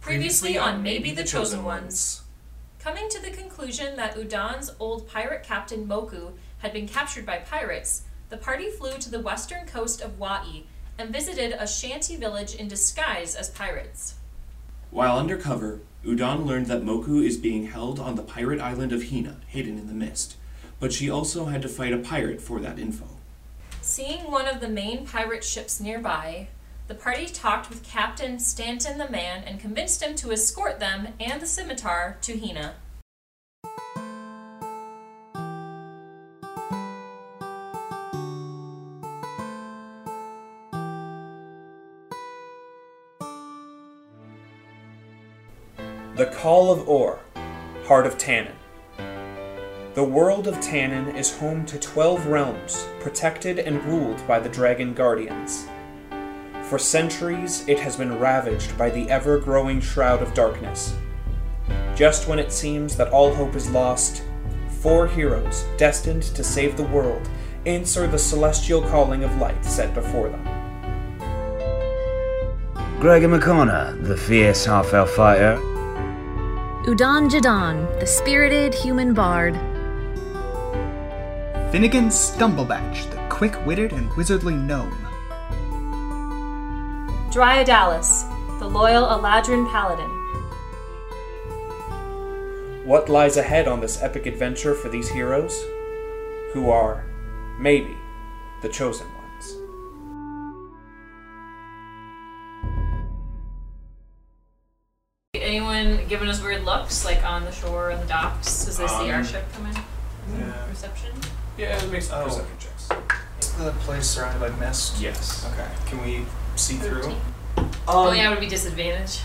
Previously on Maybe the Chosen Ones. Coming to the conclusion that Udan's old pirate captain Moku had been captured by pirates, the party flew to the western coast of Wai and visited a shanty village in disguise as pirates. While undercover, Udon learned that Moku is being held on the pirate island of Hina, hidden in the mist, but she also had to fight a pirate for that info. Seeing one of the main pirate ships nearby, the party talked with Captain Stanton the Man and convinced him to escort them and the scimitar to Hina. The Call of Or, Heart of Tannin. The world of Tannin is home to 12 realms, protected and ruled by the Dragon Guardians. For centuries, it has been ravaged by the ever growing shroud of darkness. Just when it seems that all hope is lost, four heroes destined to save the world answer the celestial calling of light set before them. Gregor McConnor, the fierce half elf fighter. Udan Jadan, the spirited human bard. Finnegan Stumblebatch, the quick witted and wizardly gnome. Dryodalis, the loyal Eladrin paladin. What lies ahead on this epic adventure for these heroes? Who are, maybe, the chosen ones. Anyone giving us weird looks, like on the shore, on the docks, as they see our Um, ship come in? Yeah. Reception? Yeah, it makes Oh. perception checks. It's the place surrounded by mist. Yes. Okay. Can we see through? Thirteen. Um, oh, yeah, it would be disadvantage.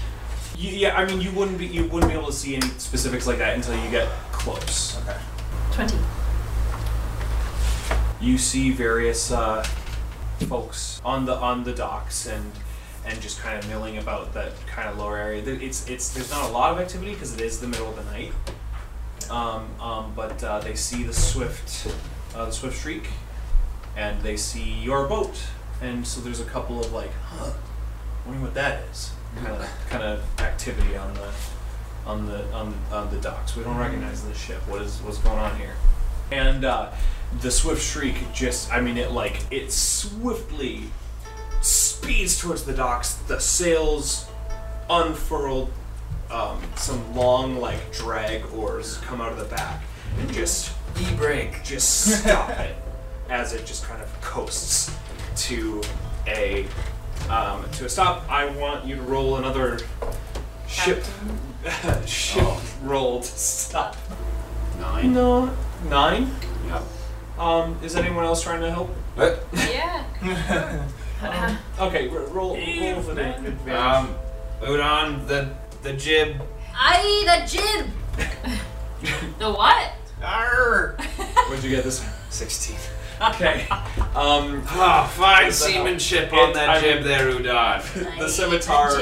You, Um, yeah, I mean, you wouldn't be you wouldn't be able to see any specifics like that until you get close. Okay. 20. You see various uh, folks on the on the docks and and just kind of milling about that kind of lower area. There- It's it's there's not a lot of activity because it is the middle of the night. Um, um, but uh, they see the swift uh, the swift streak, and they see your boat, and so there's a couple of like, huh, wondering what that is, kind of kind of activity on the on the on, on the docks. We don't recognize this ship. What is what's going on here? And uh, the swift shriek just, I mean, it like it swiftly speeds towards the docks. The sails unfurled. Um, some long like drag oars come out of the back and just E break. just stop it as it just kind of coasts to a um, to a stop. I want you to roll another ship ship roll to stop. Nine. No, nine. Yeah. Um, is anyone else trying to help? But, Yeah. Um, Okay, r- roll roll for the advantage. um, Udon, the the jib. I the jib! The what? Arr! What'd you get this? Sixteen. Okay. Um, Ah, fine Is that- seamanship It- on that I jib mean- there, Udon. the scimitar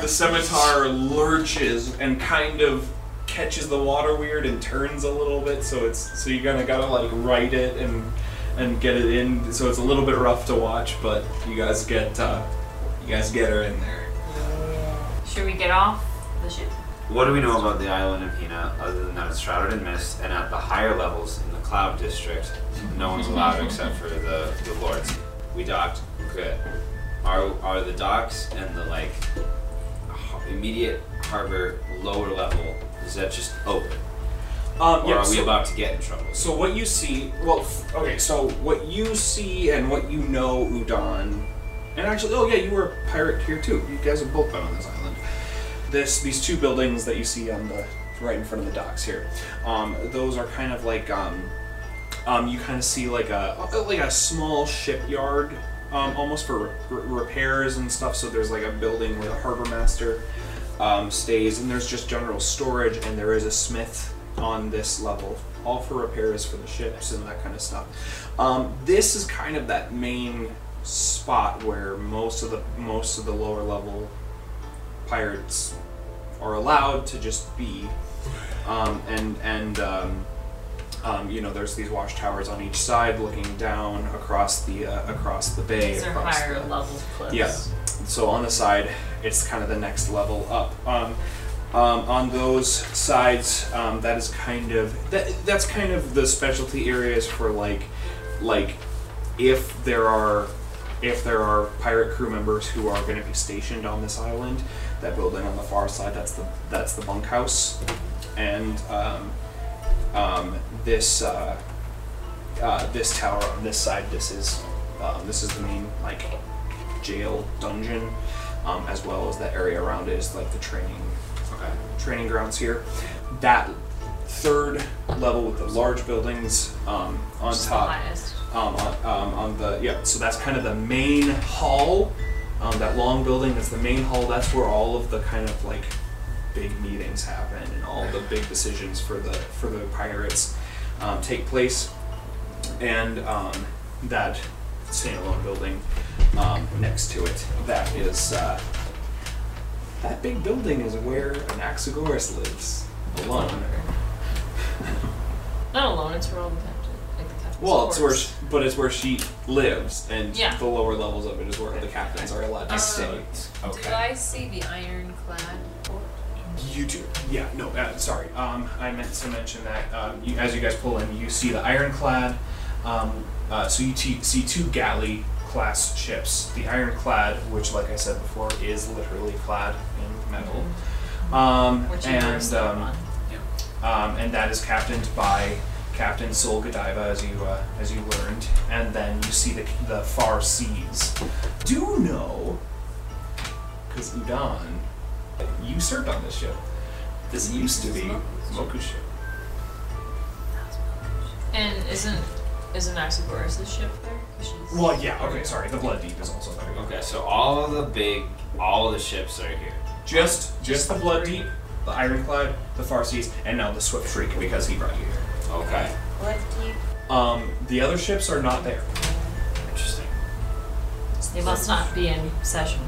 the scimitar lurches and kind of catches the water weird and turns a little bit so it's so you kind of gotta like right it and and get it in so it's a little bit rough to watch but you guys get uh, you guys get her in there Should we get off the ship? What do we know about the island of Hina other than that it's shrouded in mist and at the higher levels in the cloud district, no one's allowed except for the, the lords. We docked. Good. Are, are the docks and the like har- immediate harbor lower level, is that just open? um, Or yeah, are we so- about to get in trouble? So what you see, well, f- okay. So what you see and what you know, Udon, and actually, oh yeah, you were a pirate here too. You guys have both been on this island. This, these two buildings that you see on the right in front of the docks here, um, those are kind of like, um, um, you kind of see like a like a small shipyard, um, almost for re- repairs and stuff. So there's like a building where the harbor master um, stays, and there's just general storage, and there is a smith on this level, all for repairs for the ships and that kind of stuff. Um, this is kind of that main spot where most of the most of the lower level pirates are allowed to just be, um, and and um, um, you know there's these watchtowers on each side looking down across the uh, across the bay. These are across higher the- level cliffs. yeah. So on the side, It's kind of the next level up. Um, um, on those sides, um, that is kind of that, that's kind of the specialty areas for like like if there are if there are pirate crew members who are going to be stationed on this island, that building on the far side that's the that's the bunkhouse, and um, um, this uh, uh, this tower on this side. This is um, this is the main like jail dungeon, um, as well as the area around it is like the training Okay. training grounds here. That third level with the large buildings um, on Just the top highest. um, on, um, on the yeah so that's kind of the main hall um, that long building that's the main hall that's where all of the kind of like big meetings happen and all the big decisions for the for the pirates um, take place and um, that standalone building um, next to it that is uh, that big building is where anaxagoras lives alone Not alone, it's where all the captain, like the captain's Well, it's where, quarters. she, but it's where she lives, and Yeah. the lower levels of it is where the captains are allowed to Um, stay. Did I see the ironclad port? You do, yeah. No, uh, sorry. Um, I meant to mention that um, you, as you guys pull in, you see the ironclad. Um, uh, so you t- see two galley class ships. The ironclad, which, like I said before, is literally clad in metal, um, Which you and first saw um, on. um, and that is captained by Captain Sol Godiva, as you uh, as you learned. And then you see the the far seas. Do know, because Udon, you served on this ship. This used to be Moku's ship. And isn't isn't Axagoras' ship there? 'Cause she's- Well, yeah. Okay, sorry. The Blood Deep is also there. Okay, so all of the big, all of the ships are here. Just just the Blood Deep, the Ironclad, the Far Seas, and now the Swift Shriek because he brought you here. Okay. Blood deep. Um, the other ships are not there. Interesting. They must not be in session.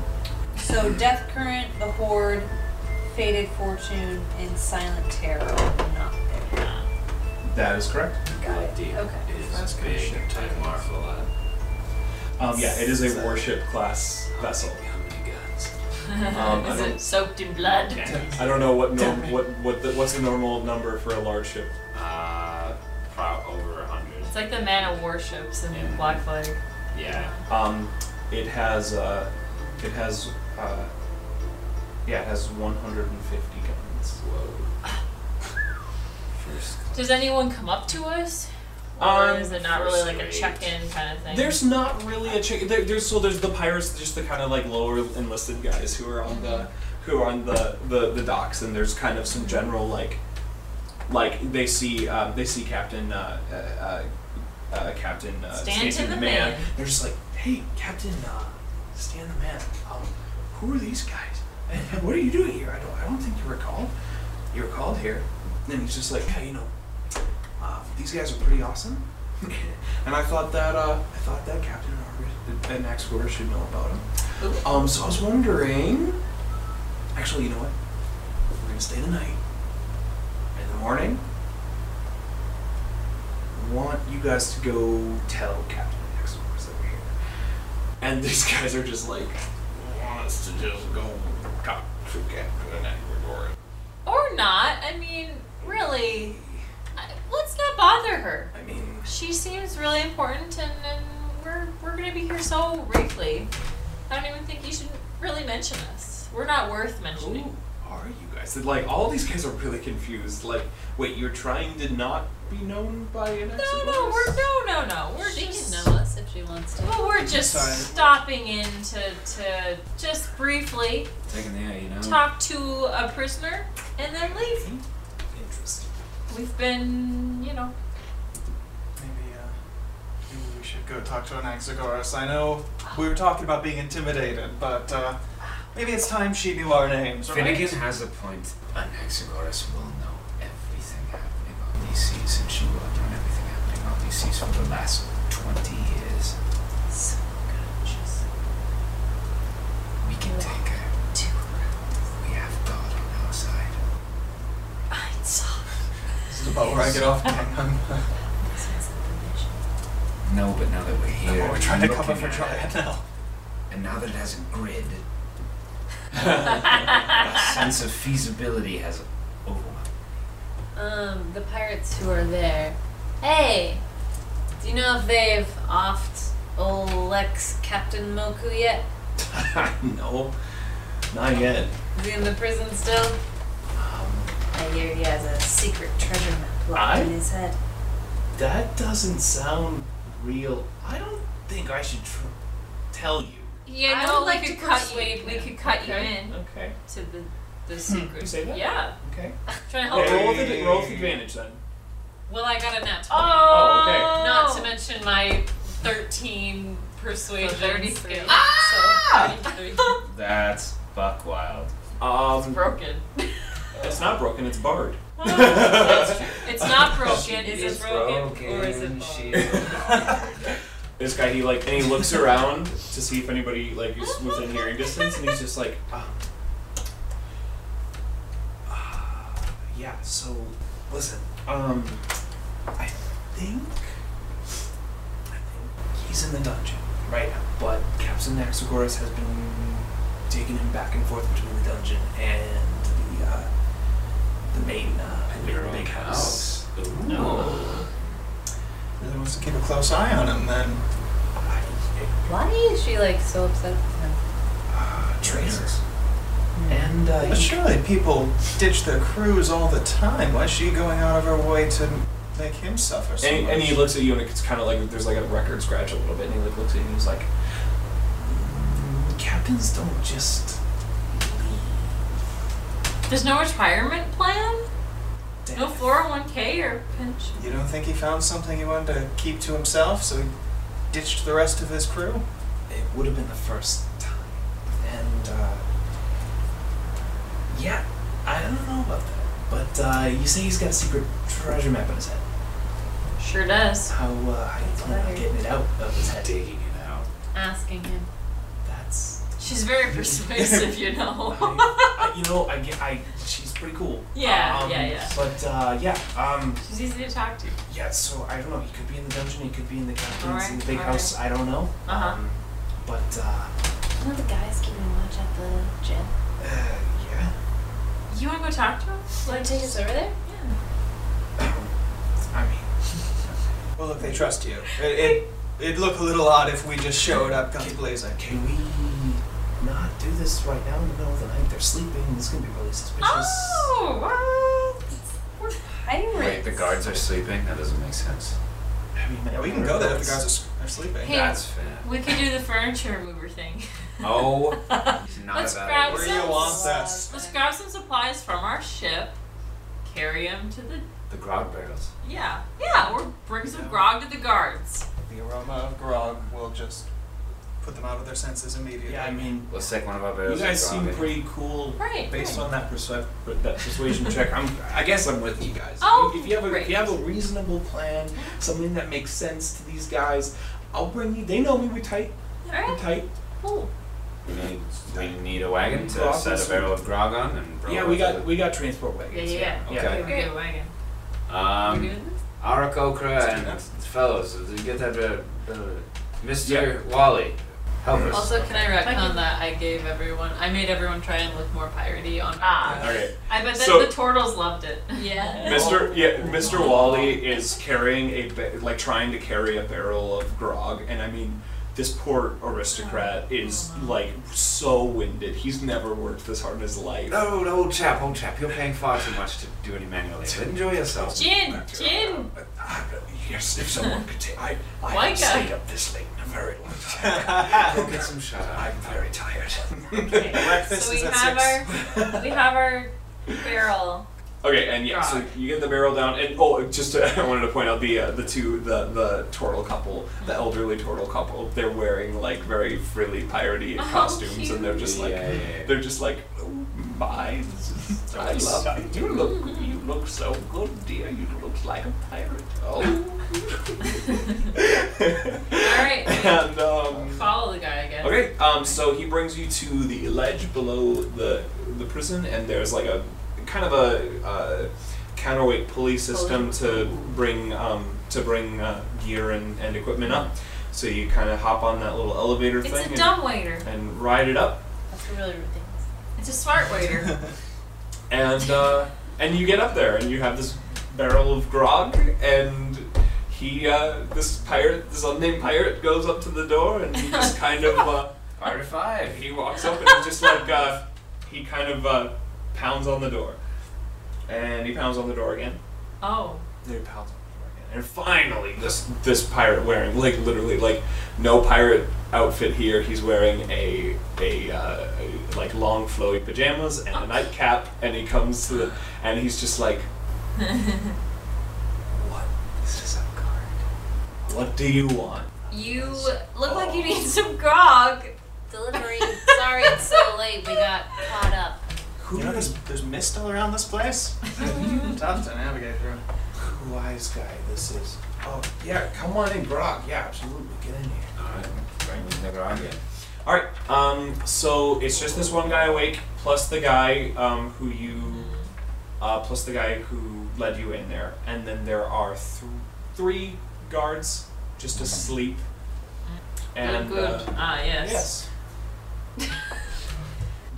So Death Current, The Horde, Faded Fortune, and Silent Terror are not there. That is correct. Blood Deep Okay. is big type Marvel. uh, Um, yeah, it is a warship class vessel. How many guns? Um, I Is don't- it soaked in blood? I don't know what norm, what what the, what's the normal number for a large ship. Uh, pro- over a hundred. It's like the man of warships in Yeah. Black Flag. Yeah. Um, it has uh, it has uh, yeah, it has 150 guns. Whoa. First. Does anyone come up to us? Or Um, is it not really like a first check-in kind of thing? There's not really a chick. There, there's so there's the pirates, just the kind of like lower enlisted guys who are on the who are on the the, the docks, and there's kind of some general like like they see um, they see Captain uh, uh, uh, uh, Captain uh, Stanton the Man. They're just like, hey, Captain uh, Stan the Man, um, who are these guys? And, and what are you doing here? I don't I don't think you were called. You were called here. And he's just like, hey, you know, uh, these guys are pretty awesome. and I thought that uh, I thought that Captain Margaret and Max Porter should know about them. Um, so I was wondering. Actually, you know what? We're gonna stay the night. In the morning, I want you guys to go tell Captain Max Porter that we're here. And these guys are just like, want us to just go talk to Captain Max Porter. Or not. I mean, really. I- Let's not bother her. I mean, She seems really important, and, and we're we're gonna be here so briefly. I don't even think you should really mention us. We're not worth mentioning. Who are you guys? And, Like all these guys are really confused. Like, wait, you're trying to not be known by an No, no, we're no, no, no. We're She just can know us if she wants to. Well, we're just Sorry. stopping in to, to just briefly Taking the air, you know. talk to a prisoner and then leave. Interesting. We've been, you know, Maybe, uh, maybe we should go talk to an Anaxagoras. I know we were talking about being intimidated, but uh, maybe it's time she knew our names. right? Finnegan has a point. Anaxagoras will know everything happening on these seas, and she will have known everything happening on these seas for the last 20 years. so gorgeous. We can take her. We have God on our side. I saw This is about where I get off. Hang on. this as a vision. No, but now that we're No, here, we're trying to cover looking for at it, Dryad now. And now that it has a grid, A sense of feasibility has overwhelmed. Um, the pirates who are there. Hey, do you know if they've offed old Lex Captain Moku yet? no, not yet. Um, Is he in the prison still? I hear he has a secret treasure map locked I- in his head. That doesn't sound real. I don't think I should tr- tell you. Yeah, I no, would we like could to cut persuade you. We him. could cut you Okay. in Okay. To the the secret. say that? Yeah, Okay. trying to help. Hey. him. Roll with ad- roll with advantage, then. Well, I got a nat 20. Oh, okay. Not to mention my 13 persuasion Thirty skill. skill. So 33. That's buck wild. Um, broken. it's not broken. It's barred. it's not broken. Is It's it broken, or is it She- broken? This guy, he like, and he looks around to see if anybody like is within hearing distance, and he's just like, um, uh, yeah. So, listen, um, I think, I think he's in the dungeon right now, but Captain Naxagoras has been taking him back and forth between the dungeon and the uh, the main uh, Your big own house. house. No. Really wants to keep a close eye on him then. I, Why is she like so upset with him? uh, traitors. And uh, But surely people ditch their crews all the time. Why is she going out of her way to make him suffer so And, much? and he looks at you, and it's kind of like there's like a record scratch a little bit, and he like looks at you, and he's like, "Mm, "Captains don't just There's no retirement plan. damn No it." 401k or pension. You don't think he found something he wanted to keep to himself, so he ditched the rest of his crew? It would have been the first time, and uh, yeah, I don't know about that. But uh, you say he's got a secret treasure map in his head. Sure does. How uh, how you plan on getting it out of his head? Digging it out. Asking him. That's She's very persuasive, you know. I, I, you know I get I she's pretty cool. Yeah, um, yeah, yeah. But uh, yeah, um. She's easy to talk to. Yeah, so I don't know. He could be in the dungeon. He could be in the captain's Alright, in the big alright. house. I don't know. Uh-huh. Um, but uh, One of the guys keeping watch at the gym. uh, yeah, You want to go talk to him? Want to take us over there? I mean, Well, look, they trust you. It, it, it'd look a little odd if we just showed up guns blazing. can we not do this right now in the middle of the night? They're sleeping. This is gonna be really suspicious. Oh, what? We're pirates. Wait, the guards are sleeping? That doesn't make sense. I mean, Yeah, we can go there if the guys are, s- are sleeping. Hey. That's fair. We could do the furniture mover thing. Oh, not Let's a bad grab Where idea. do you want that? Let's grab some supplies from our ship, carry them to the. The grog barrels. Yeah. Yeah, or bring some grog to the guards. The aroma of grog will just put them out of their senses immediately. Yeah, I mean, Let's take one of our you barrels. guys and seem grog it. pretty cool. Right, Based right. on that persu- that persuasion check, I'm. I guess I'm with you guys. Oh, if you have a if great. you have a reasonable plan, something that makes sense to these guys, I'll bring you. They know me. We're tight. All We're right. tight. Cool. We need, we need a wagon to Grog set is- a barrel of grog on and roll Yeah, we it got to we got transport Yeah, wagons. yeah. yeah. Okay. yeah. Okay, okay, wagon. the- We're Um, doing this? Arak Okra do and that. fellows, did you get that barrel? barrel? Mr. Wally, help us. Also, can I Fucking- retcon that I gave everyone, I made everyone try and look more piratey on Ah. Okay. I bet that So- the turtles loved it. Yeah. Mr. Yeah, Mr. Wally is carrying a ba- like trying to carry a barrel of grog, and I mean, this poor aristocrat is like so winded. He's never worked this hard in his life. No, no, old chap, old chap, you're paying far too much to do any manual labor. Enjoy yourself. Gin! Gin! I- yes, if someone could take, I I Why haven't can't- stayed up this late in a very long time. Go get some shut eye. I'm very tired. Breakfast So is we at have six. our we have our barrel. Okay, and yeah, so Grog. you get the barrel down, and oh, just to, I wanted to point out the uh, the two the the turtle couple, Mm-hmm. the elderly turtle couple. They're wearing like very frilly piratey Oh, costumes, and they're just like Yeah, yeah, yeah. they're just like, oh my, this is, I love you. You look Mm-hmm. you look so good, dear. You look like a pirate. Oh, Alright, we and um, follow the guy, I guess. Okay, um, so he brings you to the ledge below the the prison, and there's like a kind of a uh, counterweight pulley system to bring um, to bring uh, gear and, and equipment up. So you kind of hop on that little elevator It's thing a and, dumb waiter. and ride it up. That's really ridiculous. It's a smart waiter. and uh, and you get up there and you have this barrel of grog and he uh, this pirate this unnamed pirate goes up to the door and he just kind of uh, R five. he walks up and he just like uh, he kind of uh, pounds on the door and he pounds on the door again oh. and he pounds on the door again and finally this this pirate wearing like literally like no pirate outfit here he's wearing a a uh, like long flowy pajamas and a nightcap and he comes to the and he's just like what this is a card what do you want You look like you need some grog. Oh. Delivery. Sorry it's so late. We got caught up. who You know, do you there's, there's mist all around this place. Tough to navigate through. wise guy this is. Oh, yeah, come on in, Grog. Yeah, absolutely. Get in here. Alright, bring me the grog in. Alright, um, so it's just this one guy awake, plus the guy um, who you. Uh, plus the guy who led you in there. And then there are th- three guards just asleep. And. good. uh, ah, yes. yes.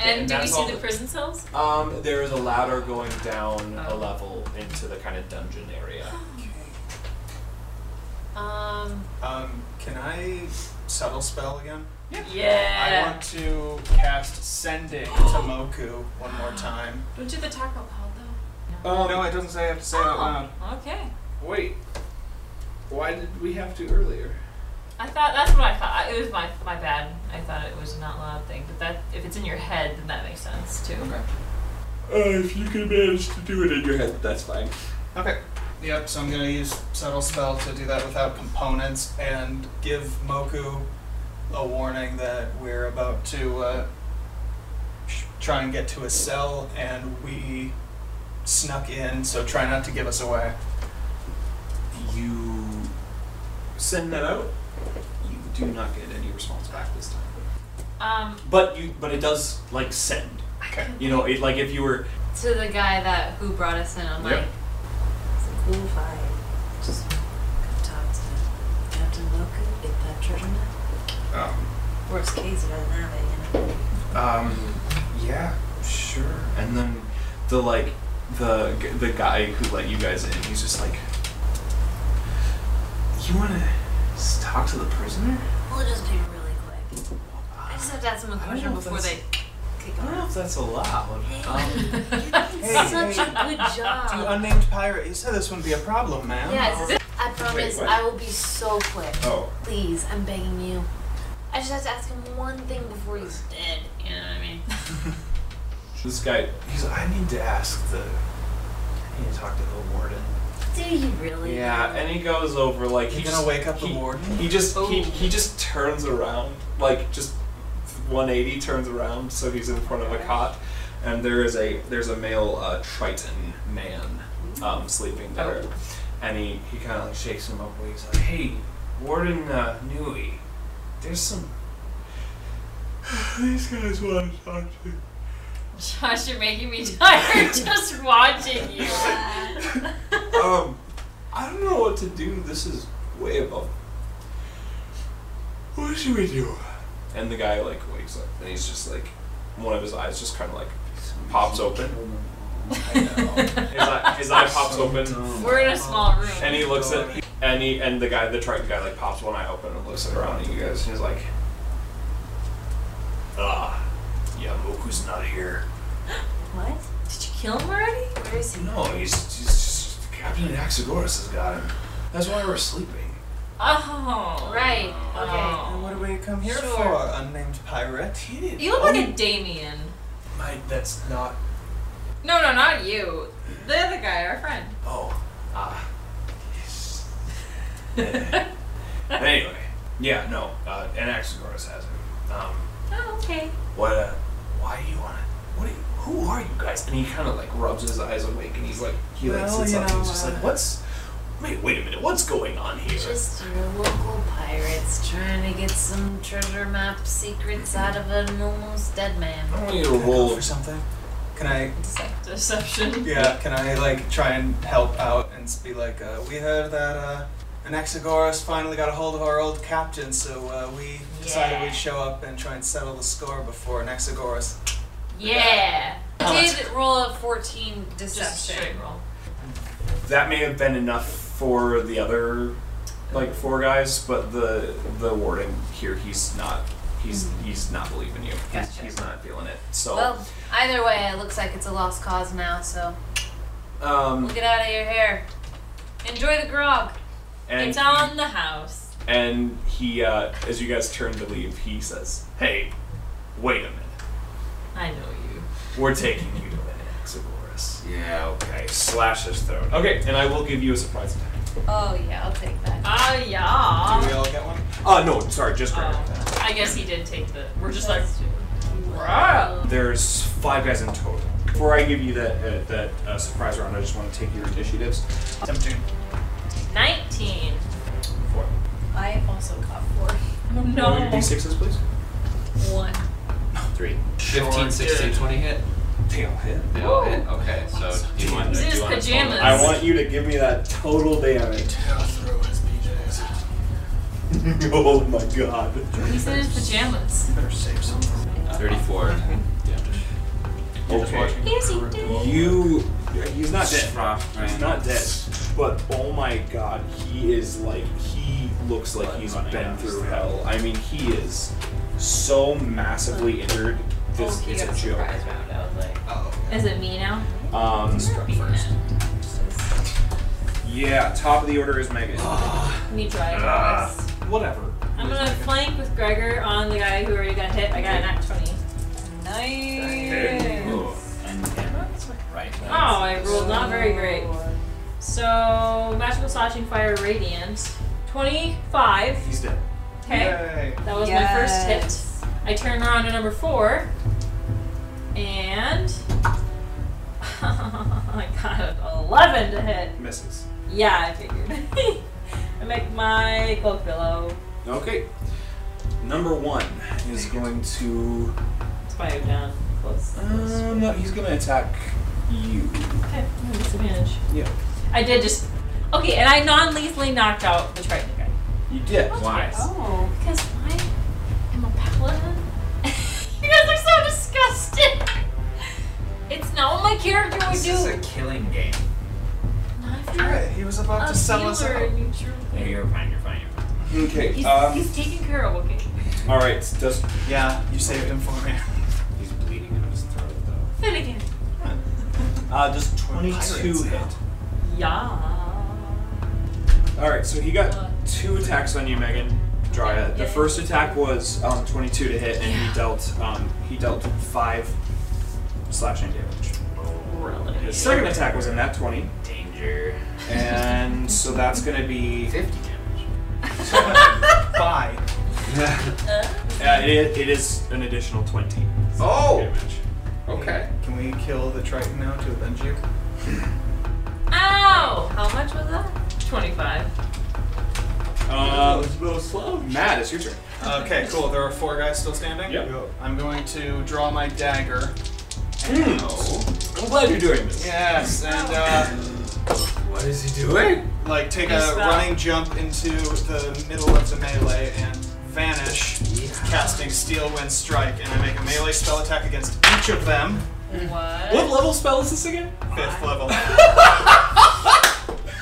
And do we That's see all the the- prison cells? Um, there is a ladder going down a Oh. level into the kind of dungeon area. Um, Um, can I subtle spell again? I Yeah. want to cast Sending to Moku one more time. Don't do the taco pod though. Um, no, it doesn't say I have to say it out loud. Okay. wait. Why did we have to earlier? I thought that's what I thought. It was my my bad. I thought it was an out loud thing, but that if it's in your head, then that makes sense too. Uh, if you can manage to do it in your head, that's fine. Okay. Yep, so I'm gonna use subtle spell to do that without components and give Moku a warning that we're about to uh, sh- try and get to a cell and we snuck in, so try not to give us away. You send that out. You do not get any response back this time. Um, But you, but it does like send. Okay. You know, it like if you were to the guy that who brought us in, I'm Yep. like, it's a cool fight. Just come talk to Captain Moku, get that treasure map. um, Worst case, you don't have it, you know. Um, yeah, sure. And then the like the the guy who let you guys in, he's just like, you want to talk to the prisoner? We'll just be really quick. I just have to ask him a don't question know if before they kick I him don't know out. if that's allowed. Um, Hey, Such hey. a good You job. unnamed pirate, you said this wouldn't be a problem, man. Yes, I promise what? I will be so quick. oh, Please, I'm begging you. I just have to ask him one thing before he's dead. You know what I mean? this guy. He's like, I need to ask the. I need to talk to the warden. Do you really? Yeah, and he goes over like You're he gonna just- wake up the he- warden? He just he, Oh. he just turns around like just 180 turns around so he's in front of a cot, and there is a there's a male uh, Triton man Mm. um, sleeping there, Oh. and he he kind of like shakes him up. and He's like, "Hey, Warden uh, Nui, there's some these guys want to talk to." you." Josh, you're making me tired just watching you. um, I don't know what to do. This is way above. What should we do? And the guy like wakes up, and he's just like, one of his eyes just kind of like pops open. His eye, his eye pops open, We're in a small room. and he looks at, and he and the guy, the triton guy, like pops one eye open and looks around at you guys, and he's like, Ah, yeah, Moku's not here. What? Did you kill him already? Where is he? No, he's, he's just Captain Axagoras has got him. That's why we're sleeping. Oh. Right. Okay. Oh. What do we come here Sure. for, Oh. unnamed pirate? He didn't. You look like a Damien. My, that's not. No, no, not you. The other guy, our friend. Oh, ah. Yes. anyway, yeah, no. Uh, Anaxagoras has him. Um, Oh, okay. what? Uh, why do you want to? What? Are you, who are you guys? And he kind of like rubs his eyes awake, and he's like, he like Well, sits you up, and he's know, just uh, like, what's? Wait, wait a minute. What's going on here? Just your local pirates trying to get some treasure map secrets out of an almost dead man. I want you to Can I go roll. for something? Can I Dece- Deception. Yeah, can I like try and help out and s- be like, uh, we heard that uh, Anaxagoras finally got a hold of our old captain, so uh, we decided Yeah. we'd show up and try and settle the score before Anaxagoras Yeah. Oh, that's- Did roll a 14 deception. straight roll. That may have been enough for the other like four guys, but the the warden here he's not he's he's not believing you. He's, Gotcha. he's not feeling it. So Well, either way, it looks like it's a lost cause now, so um get out of your hair. Enjoy the grog. and it's on the house. and he uh, as you guys turn to leave, he says, "Hey, wait a minute. I know you. We're taking you to an Exoborus." Yeah, okay. Slash his throat. Okay, and I will give you a surprise attack. Oh, Ah, yeah, I'll take that. Oh, Do we yeah. all get one? Uh no, sorry, just Gregor. Oh, I guess he did take the. We're just like. There's five guys in total. Before I give you that uh, that uh, surprise round, I just want to take your initiatives. 17. 19. Four. I also got four. Oh, Roll your no. d6s, please. One. Three. 15, 16, 20 hit. They all hit. They all hit. Okay, so do you want He's in do his you want a total? pajamas. I want you to give me that total damage. Yeah, through his PJs. oh my god. He's in his pajamas. Better save some. 34 damage. Okay. Yes, he did. You. He's not dead. Rough, He's right? not dead. But oh my god, he is like. He looks like he's Running been out. through hell. I mean, he is so massively injured. Oh, This is a joke. surprise round. I was like, Oh, is it me now? Um, Me now. yeah, top of the order is Megan. Me try. Ah. guys. Whatever. I'm gonna flank with Gregor on the guy who already got hit. I got an at 20. Nice. Oh, Ooh. And right. Oh, I rolled not very great. Oh, So, magical slashing fire radiant. 25. He's dead. Okay. Yay. That was my first hit. I turn around to number four, and I got an 11 to hit. Misses. Yeah, I figured. I make my cloak pillow. Okay. Number one is going to. It's by down. Close. Um, no, he's going to attack you. Okay, I'm gonna disadvantage. Yeah. I did just. Okay, and I non lethally knocked out the Triton guy. You did. Why? Oh. Because I am a paladin. you guys are so disgusted. It's not my character would This do. is a killing game. Not if you're Alright, he was about a to sell us healer out. and Oh, you drew- Yeah, you're fine, you're fine, you're fine. Okay. He's, Um, he's taking care of, okay? all right. Does Yeah, you saved him for me. He's bleeding out of his throat, though. Finnegan. uh, does Pirates, twenty-two hit? Yeah. All right. So he got two attacks on you, Megan. Dryad. The Uh, Yeah. first attack was um, twenty-two to hit, and he dealt um, he dealt five slashing damage. Really? His second attack was in that twenty, Danger. and so that's going to be 50 damage. Bye. uh, it, it is an additional twenty Oh! damage. Okay. Can we kill the Triton now to avenge you? Ow! How much was that? 25. Um, no slow. Matt, it's your turn. Okay, cool. There are four guys still standing. Yep. I'm going to draw my dagger. I'm glad you're doing this. Yes, and uh, What is he doing? like take Nice a spell. running jump into the middle of the melee and vanish, casting Steel Wind Strike, and I make a melee spell attack against each of them. What? What level spell is this again? Fifth level.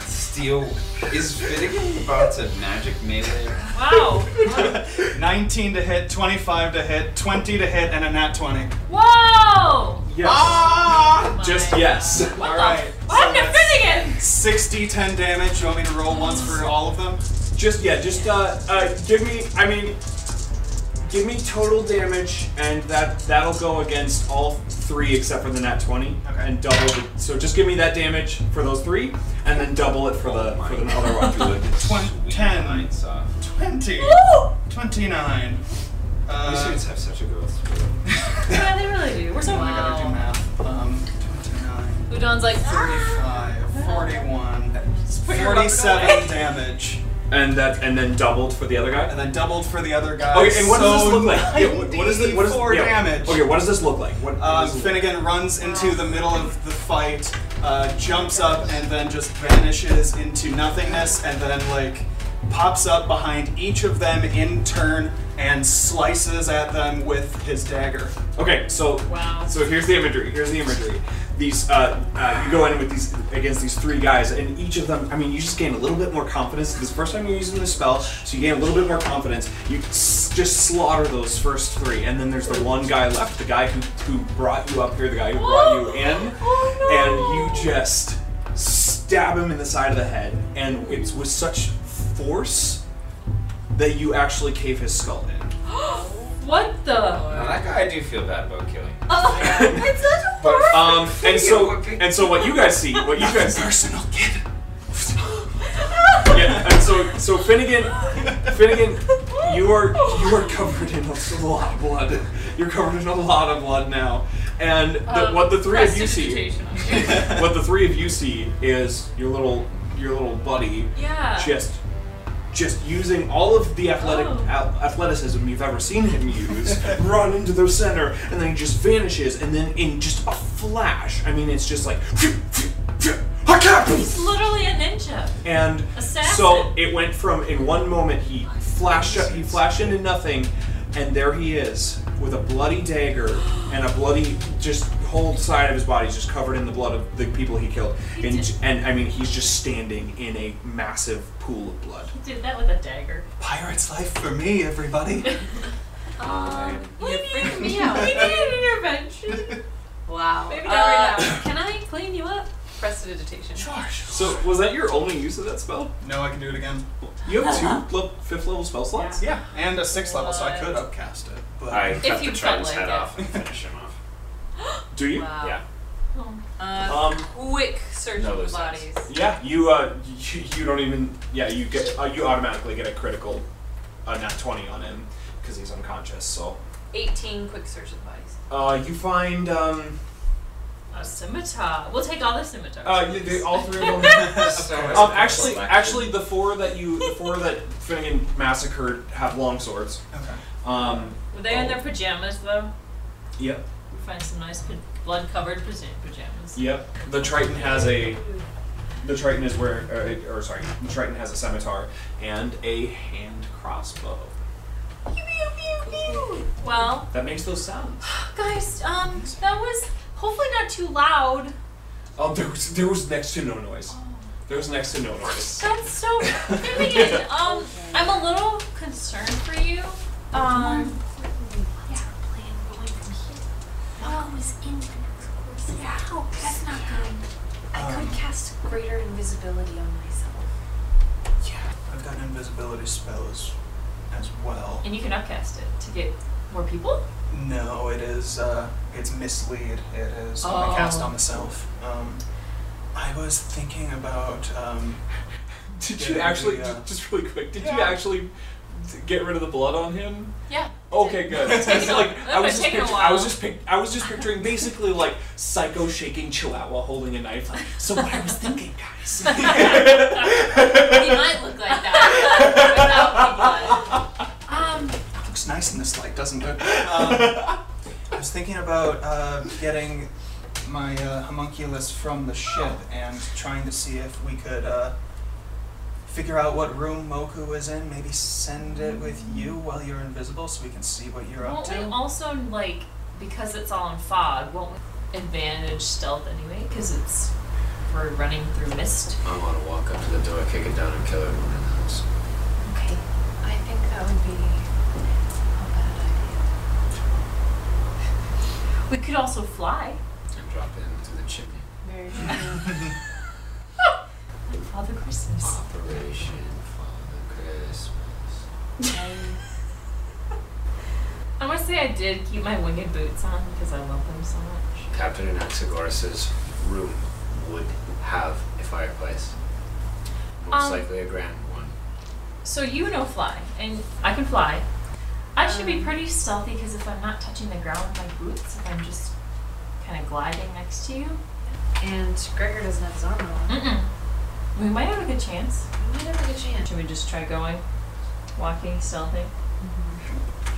Steel. Is Finnegan about to magic melee? Wow. 19 to hit, 25 to hit, 20 to hit, and a nat 20. Whoa! Yes. Ah! Just yes. What All the right, f- so What happened that's- to Finnegan? 60, 10 damage. You want me to roll once for all of them? Just yeah, just uh, uh, give me. I mean, give me total damage, and that that'll go against all three except for the nat twenty, Okay. and double. The, so just give me that damage for those three, and then double it for the for the other one. Twen- We 10. Lights off. 20. 29. These Uh, students have such a growth spurt. Yeah, they really do. We're so I gotta do wow. math. Um, 29, Udon's like, ah! 35, 41, put your weapon 47 damage. and that and then doubled for the other guy. And then doubled for the other guy. Okay, and what does this so look like? Yeah, what- what is the- what is- 94 yeah. damage. Okay, what does this look like? What, what Um, does it look- Finnegan runs into the middle of the fight, uh, jumps up, and then just vanishes into nothingness, and then like pops up behind each of them in turn and slices at them with his dagger. Okay, so Wow. so here's the imagery. Here's the imagery. These uh, uh, you go in with these against these three guys, and each of them. I mean, you just gain a little bit more confidence. This is the first time you're using this spell, so you gain a little bit more confidence. You s- just slaughter those first three, and then there's the one guy left, the guy who, who brought you up here, the guy who brought you in, "Ah, oh, and you just stab him in the side of the head, and it's with such force that you actually cave his skull in. What the? Now, that guy I do feel bad about killing. it's such a But Um, and so Yeah. and so what you guys see, what you guys Personal kid. yeah, and so so Finnegan, Finnegan, you are you are covered in a lot of blood. You're covered in a lot of blood now, and the, Um, what the three of you see, prestidigitation on you. what the three of you see is your little your little buddy yeah. just just using all of the athletic Oh. a- athleticism you've ever seen him use, run into the center, and then he just vanishes, and then in just a flash, I mean, it's just like. He's literally a ninja. And Assassin. so it went from in one moment he flashed up, he flashed into nothing, and there he is with a bloody dagger and a bloody just whole side of his body is just covered in the blood of the people he killed. And and I mean he's just standing in a massive pool of blood. Did that with a dagger. Pirate's life for me, everybody. Um, We you're need, freaking me we need out. an intervention. wow. Maybe not right Uh, Can I clean you up? Prestidigitation. So was that your only use of that spell? No, I can do it again. You have two le- fifth level spell slots? Yeah, and a sixth level, so I could upcast it. But I cut you the trident's felt like head it. off and finish him off. Do you? Wow. Yeah. Uh, Um quick surgeon No, those bodies. yeah, you uh you, you don't even yeah, you get uh, you automatically get a critical uh, nat 20 on him because he's unconscious. So 18 quick surgeon bodies. Uh, you find um, A scimitar. We'll take all the scimitars. uh, you, they, all three of them. So it's um, a actually, selection. actually, the four that you, the four that Finnegan massacred have long swords. okay. Um, Were they in their pajamas though? yep, We find some nice pa- blood-covered paj- pajamas. yep. The Triton has a, the Triton is where, uh, it- or sorry, the Triton has a scimitar and a hand crossbow. Well, That makes those sounds. guys, um, that was hopefully not too loud. Oh, there was there was next to no noise. There was next to no noise. That's so Vivian. Um, I'm a little concerned for you. Um, That's not good. I could cast greater invisibility on myself. I've got invisibility spells as well. and you can upcast it to get more people. No, it is. Uh, it's mislead. It is Oh. something I cast on myself. Um, I was thinking about. Um, Did Yeah, you actually yeah. ju- just really quick? Did you actually get rid of the blood on him? Yeah. Okay, good. It's taking a- like that I would've was just taken a picturing, I was while. just pic- I was just picturing basically like psycho shaking chihuahua holding a knife. Like, so what I was thinking, guys. He might look like that. Um, looks nice in this light, doesn't it? Um, I was thinking about uh, getting my uh, homunculus from the ship and trying to see if we could uh, figure out what room Moku was in. Maybe send it with you while you're invisible, so we can see what you're up Mm. Won't we to. also like because it's all in fog? Won't we advantage stealth anyway? Because it's we're running through mist. I want to walk up to the door, kick it down, and kill everyone in the house. okay. I think that would be a bad We could also fly. And drop in through the chimney. idea. Very true. Father Christmas. Operation Father Christmas. I want to say I did keep my winged boots on because I love them so much. Captain Anaxagoras' room would have a fireplace. Most Um, likely a grand one. So you know fly, and I can fly. I should Um, be pretty stealthy because if I'm not touching the ground with my boots, if I'm just kind of gliding next to you, and Gregor doesn't have his armor on. mm-mm. we might have a good chance. We might have a good chance. Should we just try going, walking, stealthy? Mm-hmm.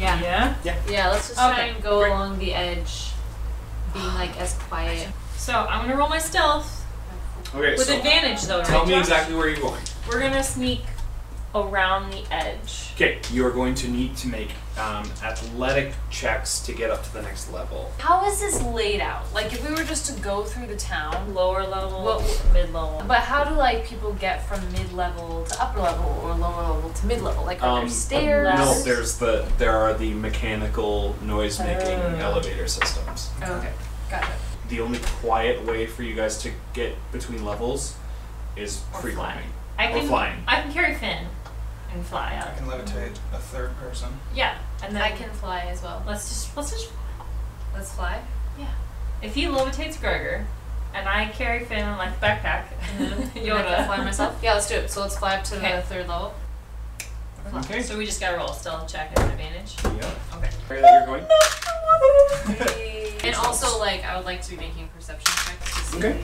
yeah. Yeah. Yeah, let's just try Okay, and go great. along the edge, being like as quiet. So I'm gonna roll my stealth okay, with so advantage, though. tell right, me Josh? exactly where you're going. We're gonna sneak around the edge. Okay, you are going to need to make um, athletic checks to get up to the next level. How is this laid out? Like, if we were just to go through the town, Lower level, What- mid level. but how do like people get from mid level to upper level or lower level to mid level? Like, are there stairs? Um, No, there's the there are the mechanical noise making Oh. elevator systems. Oh, okay, got it. The only quiet way for you guys to get between levels is Or free flying. I climbing or can flying. I can carry Finn and fly I up. can levitate a third person. Yeah, and then I can fly as well. Let's just let's just Let's fly. if he levitates Gregor, and I carry Finn on like backpack, Mm-hmm. You want Yoda. to fly myself? Yeah, let's do it. So let's fly up to the third level. Okay. So we just gotta roll a stealth check at advantage. Yeah. Okay. Where that you're going? and also, like, I would like to be making a perception check to see, Okay.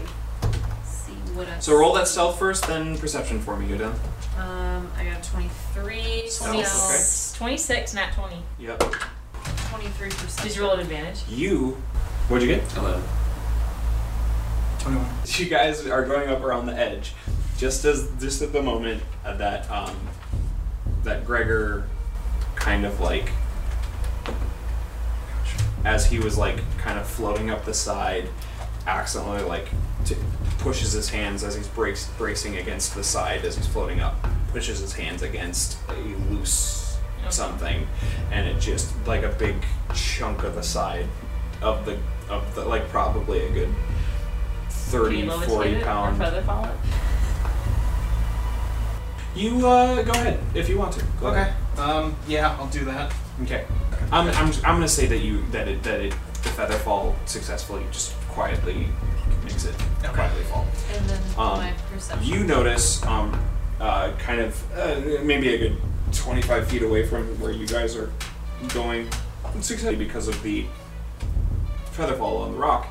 see what I. So roll that stealth first, then perception for me, Yoda. Um, I got 23, so Stealth, okay. 26, not 20. Yep. 23 perception. Did you roll an advantage? You. What'd you get? Hello. 21. you guys are going up around the edge, just as just at the moment uh, that um, that Gregor kind of like as he was like kind of floating up the side, accidentally like t- pushes his hands as he's breaks, bracing against the side as he's floating up, pushes his hands against a loose something, and it just like a big chunk of the side of the of the like probably a good Can 30, you levitate 40 it pound. Or feather fall it? You uh, go ahead if you want to. Go Okay. ahead. Um, yeah, I'll do that. Okay. I'm, I'm, I'm gonna say that you that it that it the feather fall successfully just quietly makes it Okay. quietly fall. And then Um, my perception. You notice um uh kind of uh, maybe a good 25 feet away from where you guys are going successfully because of the feather fall on the rock.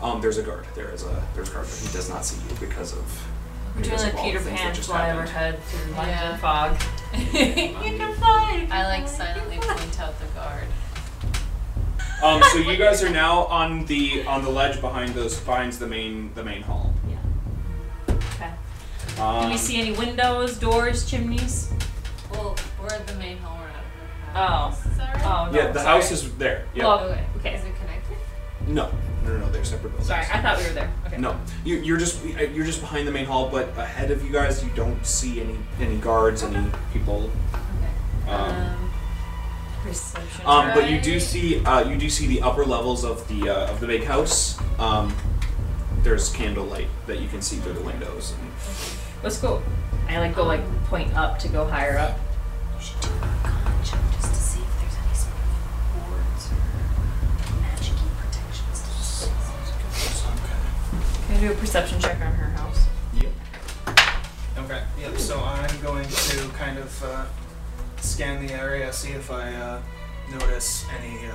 Um, there's a guard. There is a there's a guard. He does not see you because of. We're doing because like of all the Peter things that Pan just fly happened. overhead through London Yeah. fog. you can fly. I like silently point out the guard. Um, so you guys are now on the on the ledge behind those behind the main the main hall. Yeah. Okay. Do Um, we see any windows, doors, chimneys? Well, we're at the main hall. We're not. Oh. Sorry. Oh, Oh no. yeah, the sorry. house is there. Yeah. Well, Okay. okay. Is it connected? no, no, no, no, they're separate buildings. Sorry, I thought we were there. Okay. No, you, you're just uh, you're just behind the main hall, but ahead of you guys, you don't see any any guards, any people. Okay. Um, Um, Perception. Um, but you do Right. see uh, you do see the upper levels of the uh, of the big house. Um, there's candlelight that you can see through the windows. And, Let's go. I like go like point up to go higher up. You should do an arcana check just to see if there's any sort of wards or magic protections to this place. Can I do a perception check on her house? Okay. Yep. So I'm going to kind of uh, scan the area, see if I uh, notice any uh,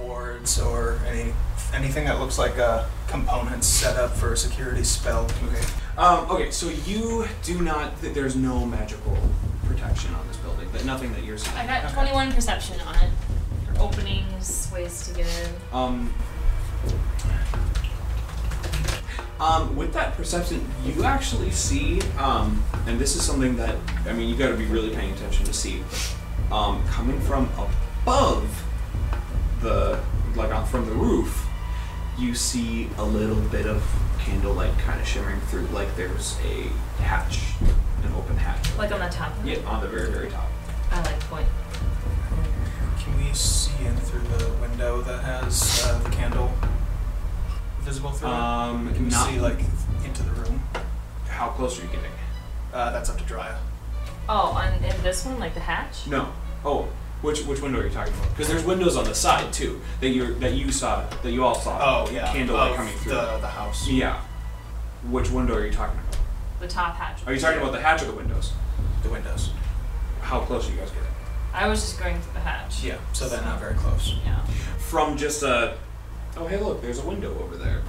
wards or any anything that looks like a component set up for a security spell. Okay. Um, okay, so you do not. Th- there's no magical protection on this building, but nothing that you're seeing. I got 21 perception on it. For openings, ways to get in. Um, um, with that perception, you actually see, um, and this is something that I mean, you got to be really paying attention to see, um, coming from above the like on, from the roof, you see a little bit of candlelight kind of shimmering through, like there's a hatch, an open hatch. Like on the top. of it? Yeah, on the very, very top. I like point. Can we see in through the window that has uh, the candle visible through? Um, it? Can we not- see like into the room? How close are you getting? Uh, that's up to Drya. Oh, on in this one, like the hatch. No. Oh, which which window are you talking about? Because there's windows on the side too that you that you saw that you all saw. Oh yeah. candlelight of coming through. the the house. Yeah. Which window are you talking about? The top hatch. Are you talking about the hatch or the windows? The windows. How close are you guys getting? I was just going to the hatch. Yeah. So they're not very close. Yeah. From just a. Oh hey look, there's a window over there.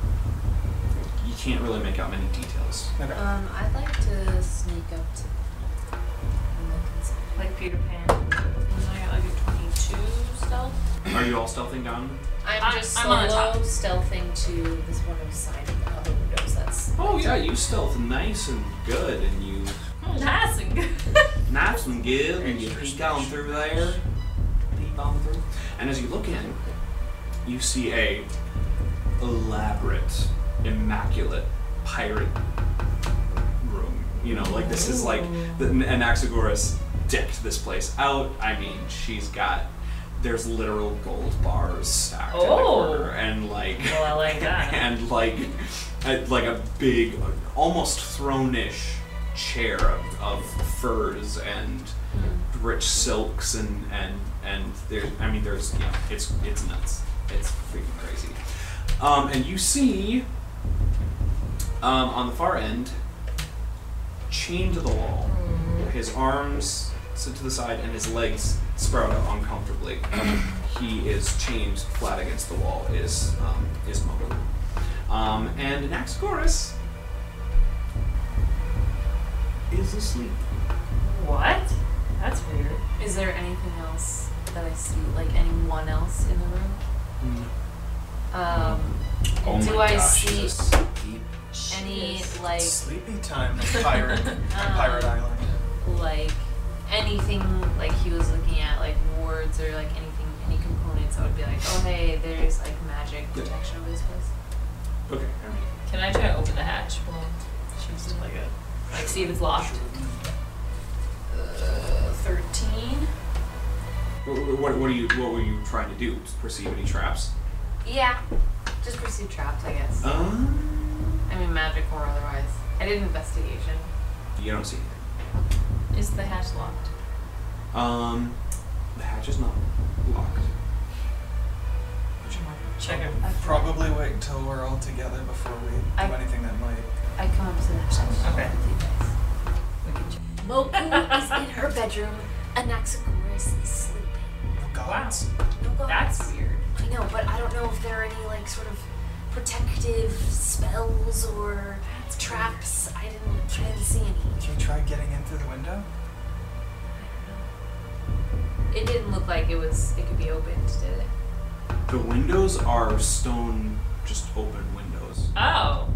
You can't really make out many details. Okay. um, I'd like to sneak up to and look inside. Like Peter Pan. E And I got like a 22 stealth. Are you all stealthing down? I'm I- just I'm on the solo top. stealthing to this one of the side of the other windows. That's Oh yeah, you stealth nice and good, and you Nice and good. Knives and good, and you peek on through there. Peek on through. And as you look in, you see a elaborate, immaculate pirate room. You know, like this is like the, Anaxagoras decked this place out. I mean, she's got there's literal gold bars stacked in the Oh. corner, and like Well, I like that. and like a, like a big, almost throne-ish chair of, of furs and rich silks and and and there. I mean, there's yeah, it's it's nuts. It's freaking crazy. Um, and you see um, on the far end, chained to the wall, his arms sit to the side and his legs sprout out uncomfortably. he is chained flat against the wall. Is um, is Mogu. Um, and Anaxagoras is asleep. What? That's weird. Is there anything else that I see, like anyone else in the room? Um, Oh do I see any like Um, Sleepy time, pirate, pirate island. like anything like he was looking at like wards or like anything any components I would be like oh hey there's like magic protection over this place Okay. I mean, Can I try to open the hatch? Well, she was just like a. Like, see if it's locked. Uh, 13? What, what, what are you? What were you trying to do? Perceive any traps? yeah just pursue traps I guess Um, I mean magic or otherwise I did investigation you don't see anything. Is the hatch locked? Um, the hatch is not locked. Check it. Probably wait till we're all together before we do I- anything that might. I come up to the hatch Okay. Moku is in her bedroom. Anaxagoras is sleeping. Oh, gods. No gods. That's weird. I know, but I don't know if there are any like sort of protective spells or traps. I didn't, I didn't see any. Did you try getting in through the window? it didn't look like it was it could be opened did it The windows are stone, just open windows. Oh.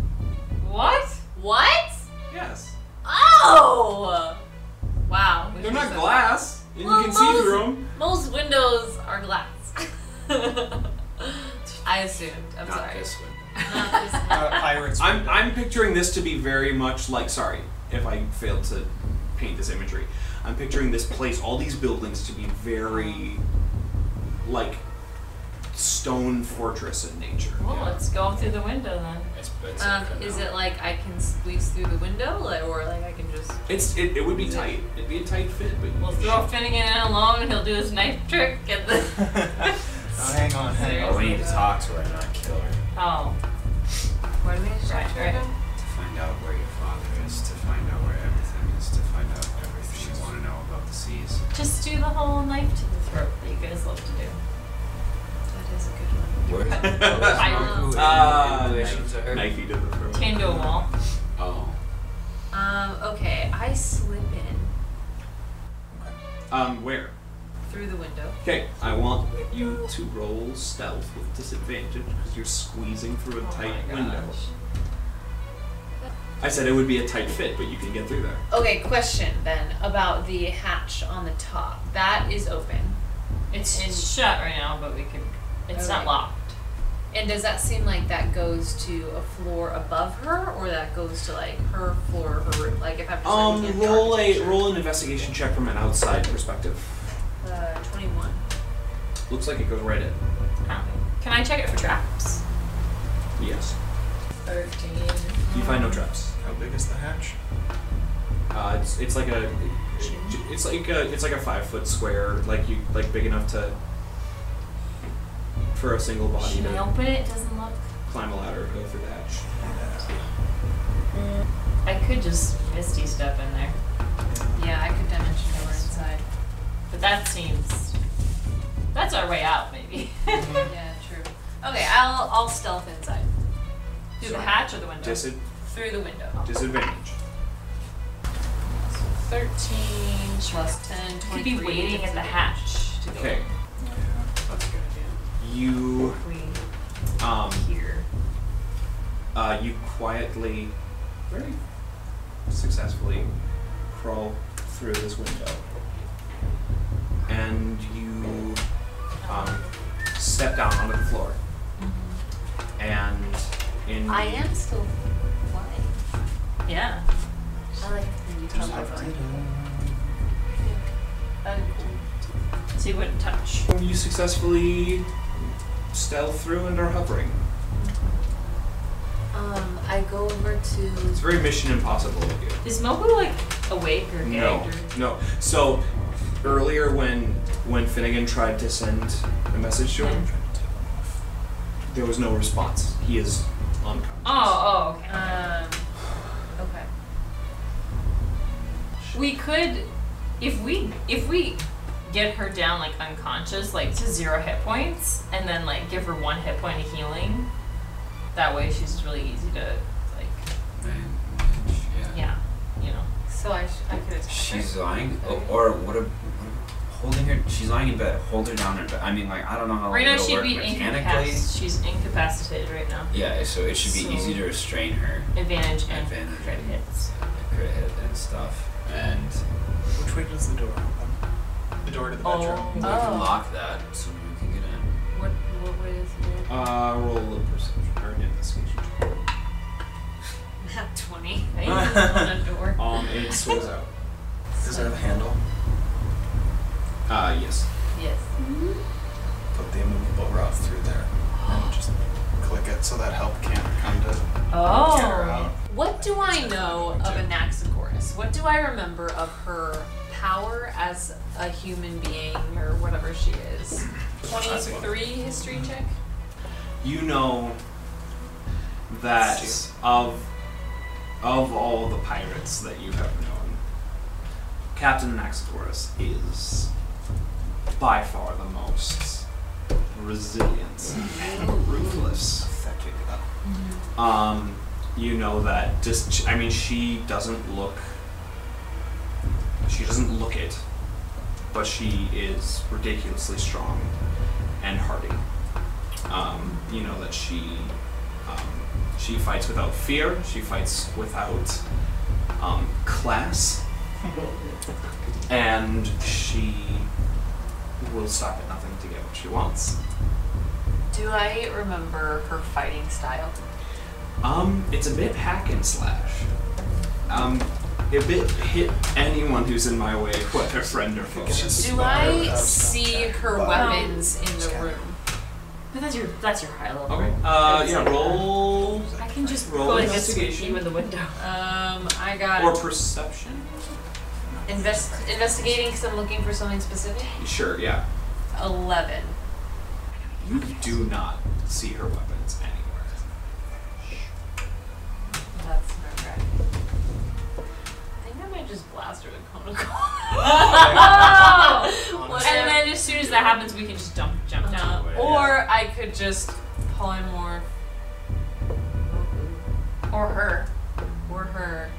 What? what Yes. oh wow They're not glass, and Well, you can see most- through them. Most windows are glass. I assumed. I'm sorry. one. Not this one. Uh, pirates. I'm, I'm picturing this to be very much like, sorry if I failed to paint this imagery. I'm picturing this place, all these buildings, to be very like stone fortress in nature. Well, let's go through the window then. It's, it's um, okay is now. it like I can squeeze through the window, like, or like I can just? It's it, it would be tight. It'd be a tight fit, but We'll throw Finnegan in alone and he'll do his knife trick and then. Oh, hang on, hang on. Seriously? Oh, we need to talk to her, not kill her. oh. What do we need to Right, check? right. To find out where your father is, to find out where everything is, to find out everything you want to know about the seas. Just do the whole knife to the throat that you guys love to do. That is a good one. Pirate. Ah, In knife relation to her. knifey to the throat. Tando wall. Oh. Um, okay, I slip in Um, where? through the window. Okay, I want you to roll stealth with disadvantage because you're squeezing through a Oh tight my window. gosh. I said it would be a tight fit, but you can get through there. Okay, question then about the hatch on the top. That is open, It's, it's shut right now, but we can. It's not Okay. locked. and does that seem like that goes to a floor above her, or that goes to like her floor, or her room? Like if I'm just Um, looking at the roll a architecture. roll an investigation check from an outside perspective. Uh, 21. Looks like it goes right in. Huh. Can I check it for traps? Yes. 13. You find no traps. How big is the hatch? Uh, it's, it's like a it's like a it's like a five foot square, like you like big enough to for a single body Should I to open it? It doesn't look. climb a ladder and go through the hatch. I could just Misty step in there, Yeah, I could dimension door inside. but that seems. That's our way out, maybe. yeah, true. Okay, I'll I'll stealth inside Through the hatch or the window? Disad- through the window. disadvantage. 13. Plus 10, Could be 23, waiting at the disadvantage. hatch to go Okay. That's a good idea. You if we um here. uh, you quietly very successfully crawl through this window. And you um, step down onto the floor. And in I the- am still flying. Yeah. I like when you talk about flying. That'd be cool. So you wouldn't touch. You successfully stealth through and are hovering. Um, I go over to. It's very Mission Impossible of you. Is Moku like awake or gagged? No, Or? no. So earlier when when Finnegan tried to send a message to him, there was no response. He is on. Oh, oh, okay. Um, okay. We could, if we if we get her down like unconscious, like to zero hit points, and then like give her one hit point of healing. That way, she's really easy to like. Yeah, you know. So I, sh- I could attack. her. She's lying, oh, or what? A, holding her. She's lying in bed. Hold her down in bed. I mean, like I don't know how Right now, it'll she'd work be mechanically. incapacitated. She's incapacitated right now. Yeah, so it should be So- easy to restrain her. Advantage and Advantage. crit hits. Crit hit and stuff, and Which way does the door open? The door to the bedroom. Oh. we Oh. can lock that so we can get in. What, what way is it? Uh, roll a perception or an investigation. Not 20. I on a door. Um, it swings out. Is there a handle? Uh, yes. Yes. Put the immovable rod through there and just click it so that help can't come to get her Oh. out. What do I know of Anaxagoras? What do I remember of her power as a human being or whatever she is? 23 history check? You know that of of all the pirates that you have known, Captain Naxodorus is by far the most resilient and ruthless. Um, you know that just I mean she doesn't look she doesn't look it, but she is ridiculously strong and hardy. Um, you know that she um, she fights without fear. She fights without um, class, and she will stop at nothing to get what she wants. Do I remember her fighting style? Um, it's a bit hack and slash. Um, a bit hit anyone who's in my way, whether friend or foe. Do I see her weapons in the room? But that's your that's your high level. Okay. Uh, yeah. Roll I can just Go Roll pull like it. this with you in the window. Um, I got or perception. invest investigating because I'm looking for something specific. Sure. Yeah. Eleven. You do not see her weapons anywhere. That's not right. I think I might just blast her with conical. Oh! and then as soon as that happens, we can just jump jump down. Or I could just polymorph. Or her. Or her.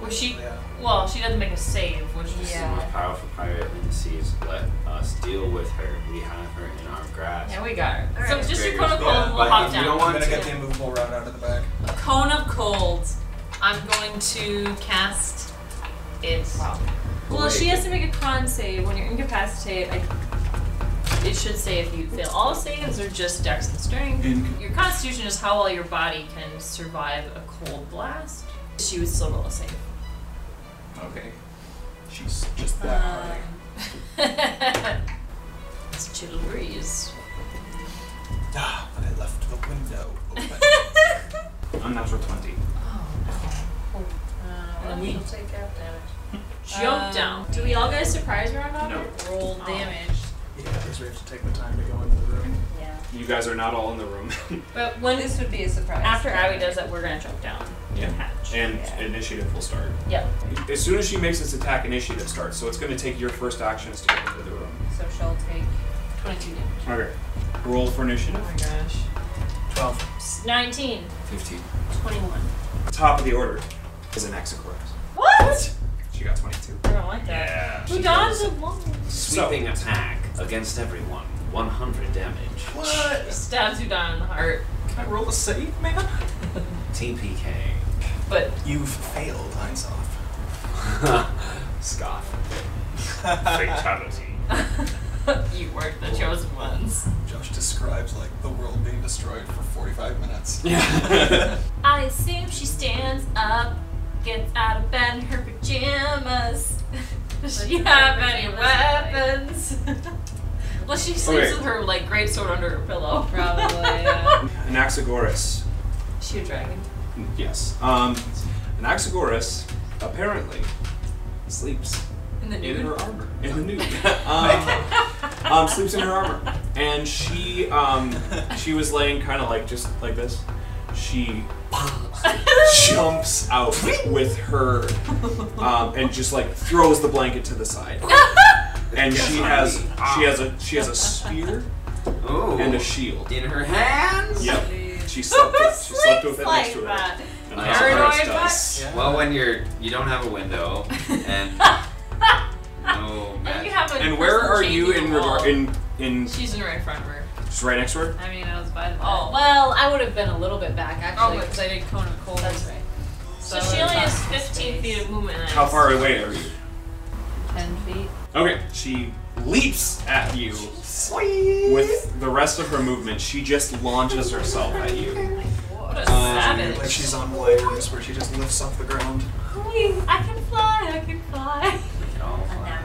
Well, she. Well, she doesn't make a save, which She's is the most powerful pirate in the seas. Let us deal with her. We have her in our grasp. Yeah, we got her. All so right. just your Great cone of cold, and we'll response. But hop if down. you don't I'm want gonna get the immovable rod out of the bag. A cone of cold. I'm going to cast it. Wow. well, she has to make a con save when you're incapacitated. I, it should say if you fail all saves or just dex and strength. Inc- your constitution is how well your body can survive a cold blast. She would still roll a save. Okay. She's Uh, just that hardy. Um, it's chivalry is Ah, but I left the window Oh, open. Unnatural twenty. And Uh, she'll take half damage. jump Um, down. Do we all get a surprise round on No. it? Roll Oh. damage. yeah, because we have to take the time to go into the room. Yeah. You guys are not all in the room. But when This would be a surprise. after Abby does that, we're gonna jump down. Yeah. Hatch. and initiative will start. Yep. As soon as she makes this attack, initiative starts. So it's going to take your first actions to get into the room. So she'll take 22 damage. Okay. Roll for initiative. Oh my gosh. 12. S- Nineteen. 15. Twenty-one. Top of the order is an Exocorus. What? She got 22. I don't like that. Yeah. Who dies a woman? Sweeping attack against everyone. 100 damage. What? Stabs you down in the heart, Can I roll a save, man? TPK. but You've failed, Heinz off. Scoff. Fatality. you weren't the chosen ones. Josh describes like the world being destroyed for 45 minutes. I assume she stands up, gets out of bed in her pajamas. Does she have any weapons? well, she sleeps Okay. with her like great sword under her pillow. Probably. Anaxagoras. she a dragon. Yes. Um, Anaxagoras apparently sleeps In the nude? her armor. In the nude. um, um, sleeps in her armor, and she um, she was laying kind of like just like this. She jumps out with her um, and just like throws the blanket to the side. And she has she has a she has a spear and a shield in her hands. Yep. She slept with, she slept with it next to her. that? And Nice. Paranoid does. butt? Well, when you're you don't have a window and no And you magic. have a And where person are you changing in the wall. regard in in She's in right front of her. just right next to her? I mean, I was by the Oh. wall. Well, I would have been a little bit back Oh, actually but- because I did cone of cold. That's right. So, So she only has 15 feet of movement. and I How just- far away are you? 10 feet. Okay, she leaps at you with the rest of her movement. She just launches herself at you. What a Um, like savage. she's on wires where she just lifts off the ground. Please, I can fly, I can fly.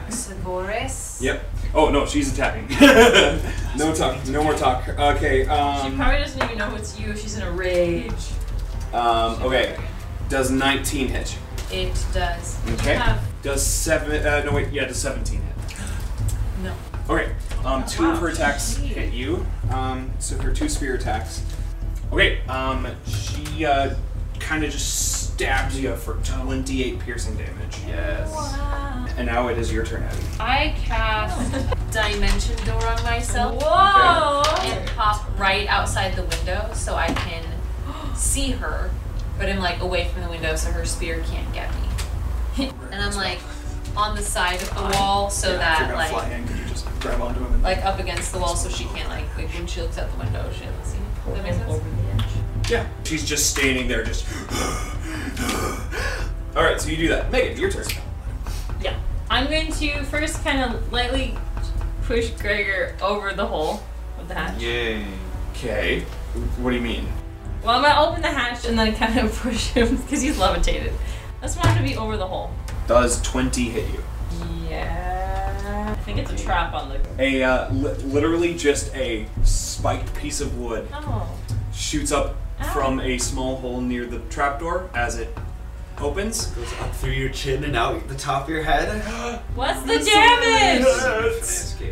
Anaxagoras. yep. Oh no, she's attacking. no talk. No more talk. Okay. she Um, probably doesn't even know it's you. She's in a rage. um, okay. Does 19 hit you? It does. Okay. Yeah. Does seven? Uh, no wait. Yeah, does 17 hit? No. Okay. Um, two of her attacks hit you. Um, so her two spear attacks. Okay. Um, she uh, kind of just stabs you for 28 piercing damage. Yes. And now it is your turn, Abby. I cast Dimension Door on myself Whoa! and pop right outside the window so I can see her, but I'm like away from the window so her spear can't get me. And I'm like on the side of the wall so if you're that gonna like fly in, could you just grab onto him and like up against the wall so she can't like like when she looks out the window she doesn't see me. Does that make sense? Yeah. She's just standing there, just. All right, so you do that. Megan, your turn. Yeah. I'm going to first kind of lightly push Gregor over the hole with the hatch. Yay. Okay. What do you mean? Well, I'm going to open the hatch and then kind of push him because he's levitated. I just want him to be over the hole. Does 20 hit you? Yeah. I think it's a trap on the. A uh, li- literally just a spiked piece of wood Oh. shoots up Ow. from a small hole near the trapdoor as it opens. Goes up through your chin and out the top of your head. What's the damage?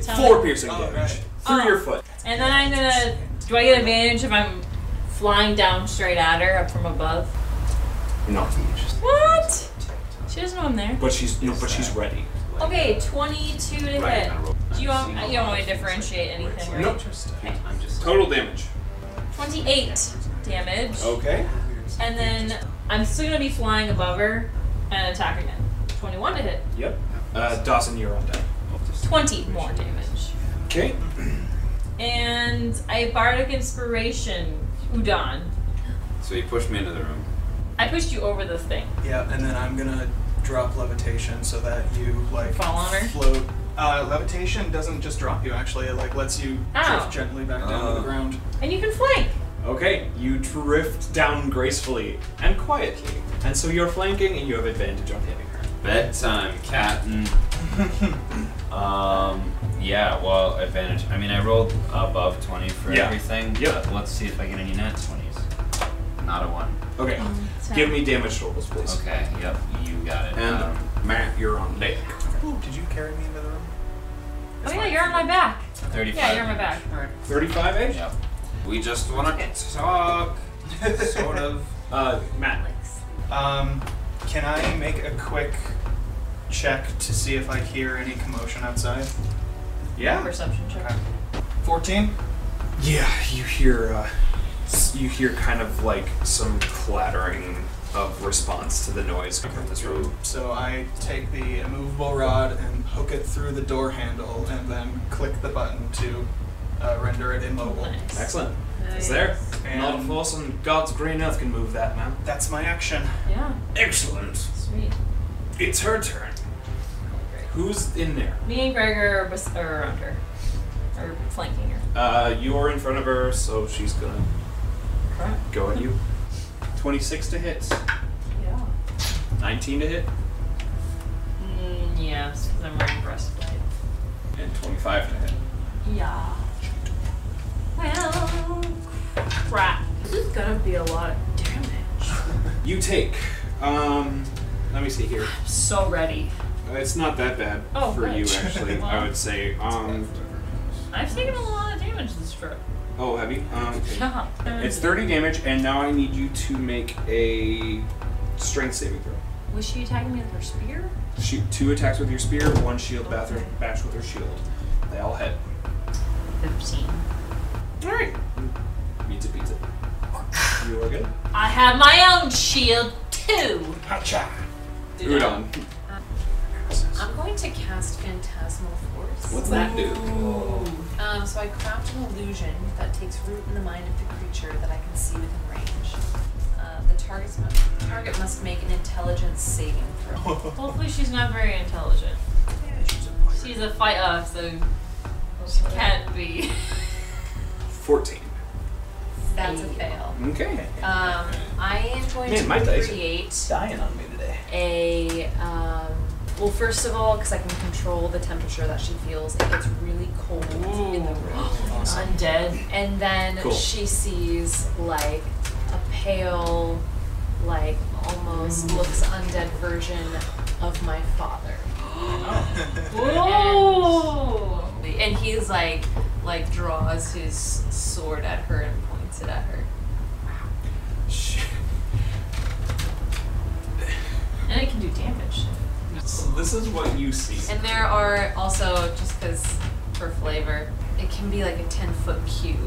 Tell me. Four piercing Oh, damage right. through Oh. your foot. And then I'm gonna. Do I get advantage if I'm flying down straight at her up from above? Not What? She doesn't know I'm there. But she's no, but she's ready. Okay, 22 to Right, hit. I rolled Do you want, you nine. don't want me to differentiate anything, right? Nope. I'm just Total damage. 28 damage. Okay. And then I'm still gonna be flying above her and attack again. 21 to hit. Yep. Uh, Dawson, you're on deck. 20 more damage. Okay. And I bardic inspiration, Udon. So you pushed me into the room. I pushed you over the thing. Yeah, and then I'm gonna drop levitation so that you like Fall on her? float. Uh, levitation doesn't just drop you actually; it like lets you Ow. drift gently back down to Oh. the ground. And you can flank. Okay. You drift down gracefully and quietly, and so you're flanking, and you have advantage on hitting her. Bedtime, Captain. um, yeah, well, advantage. I mean, I rolled above 20 for Yeah. everything. Yep. but Let's see if I get any net 20s. Not a one. Okay. Mm, Give me damage totals, please. Okay, yep, you got it. And um, Matt, you're on deck. Ooh, did you carry me into the room? Oh yeah, you're on my back. 35. Yeah, you're on my back. All right. Thirty-five, eh? Yep. We just want to talk. sort of. Uh, Matt. Um, can I make a quick check to see if I hear any commotion outside? Yeah. Perception check. Okay. Fourteen. Yeah, you hear, uh, s- you hear kind of like some clattering of response to the noise coming from this room. So I take the immovable rod and hook it through the door handle, and then click the button to uh, render it immobile. Nice. Excellent. Oh, It's there. Nice. Not a force on God's green earth can move that, man. That's my action. Yeah, Excellent. sweet. It's her turn. Who's in there? Me and Greg are, bes- are around her. Or flanking her. Uh, you're in front of her, so she's gonna Crap. go at you. 26 to hit. Yeah. 19 to hit. Mm, yeah, because I'm wearing breastplate. And 25 to hit. Yeah. Well, crap. This is gonna be a lot of damage. You take. Um, let me see here. So ready. Uh, It's not that bad Oh, for good. you, actually. I would say. Um, I've taken a lot of damage this trip. oh, heavy. Um, okay. Yeah. It's 30 damage, and now I need you to make a strength saving throw. Was she attacking me with her spear? Shoot two attacks with your spear, one shield bath or bash with her shield. They all hit. 15. Alright. Beats it, beats it. You are good. I have my own shield too. Hacha. Did I- Udon. I'm going to cast Phantasmal Force. What's that do? Um, so I craft an illusion that takes root in the mind of the creature that I can see within range. Uh, the target's mu- target must make an intelligence saving throw. Hopefully she's not very intelligent. She's a fight off, so she can't be. 14. That's a fail. Okay. Um, I am going Man, to my dice are create Dying on me today. a um, well first of all because i can control the temperature that she feels it gets really cold in the room Undead. and then Cool. she sees like a pale like almost looks undead version of my father Whoa! and he's like like draws his sword at her and points it at her And it can do damage. This is what you see. And there are also, just because for flavor, it can be like a 10 foot cube.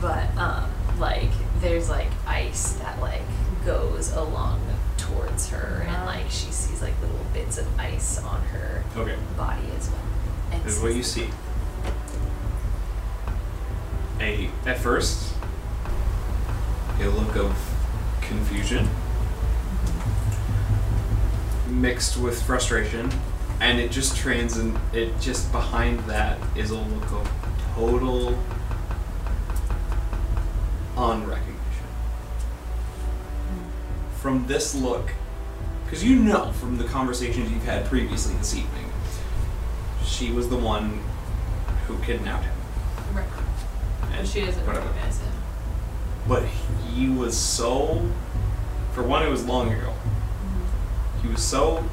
But, um, like, there's like ice that like goes along towards her, and like she sees like little bits of ice on her Okay. body as well. And This is what you see. A at first a look of confusion mixed with frustration and it just trans and it just behind that is a look of total unrecognition. From this look, because you know from the conversations you've had previously this evening, she was the one who kidnapped him. Right. And But she doesn't whatever. recognize him. But he was so. For one, it was long ago. He was so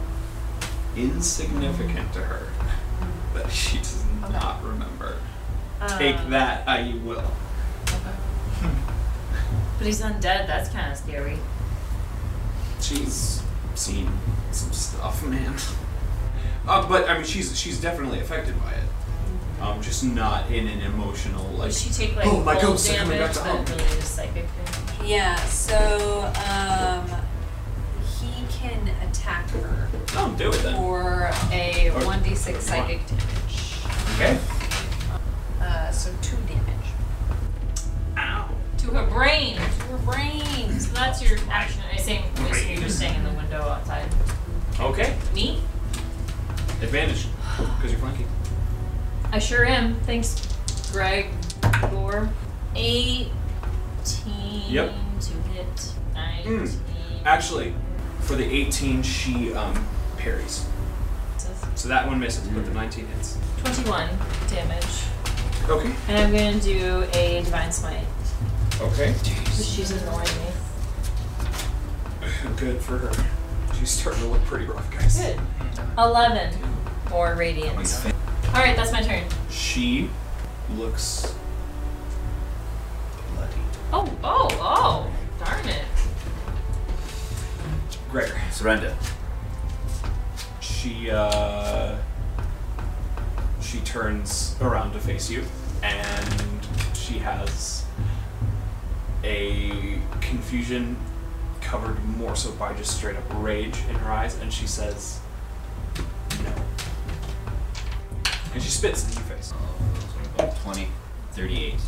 insignificant to her that she does not remember. Take Um, that how you will. But he's undead, that's kind of scary. She's seen some stuff, man. Uh, but I mean, she's she's definitely affected by it. Um, just not in an emotional like. Does she take like oh my cold ghosts are coming back uh-huh. damage, but to haunt me." really just psychic damage? Yeah, so, um, he can attack her Don't do it then. for a Or- 1d6 psychic damage. Okay. Uh, so, two damage. Ow. To her brain. Your brains. So that's your action. I saying basically you're just staying in the window outside. Okay. Me? Advantage because you're flanking. I sure am. Thanks, Greg. Gore. Eighteen Yep. Hmm. to hit. Nineteen. Actually, for the 18, she um, parries. So that one misses, but the Hmm. 19 hits. Twenty-one damage. Okay. And I'm gonna do a divine smite. Okay. She's annoying me. Good for her. She's starting to look pretty rough, guys. Oh Good. Eleven. More radiance. All right, that's my turn. She looks bloody. Oh, oh, oh! Darn it. Gregor. Surrender. She uh, she turns around to face you, and she has a confusion covered more so by just straight up rage in her eyes, and she says, "No," and she spits in your face. 20, 38 damage.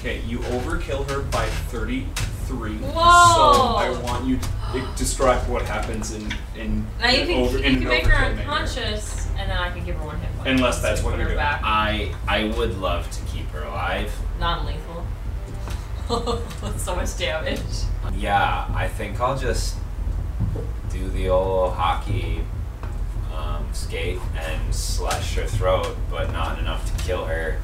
Okay, you overkill her by 30 three. So Whoa. I want you to i- describe what happens in in Now you can, over, in you can make her overkill manner. unconscious, and then I can give her one hit point. Unless that's what Put you're her doing. back. I I would love to keep her alive. Non-lethal. That's so much damage. Yeah, I think I'll just do the old hockey um, skate and slash her throat, but not enough to kill her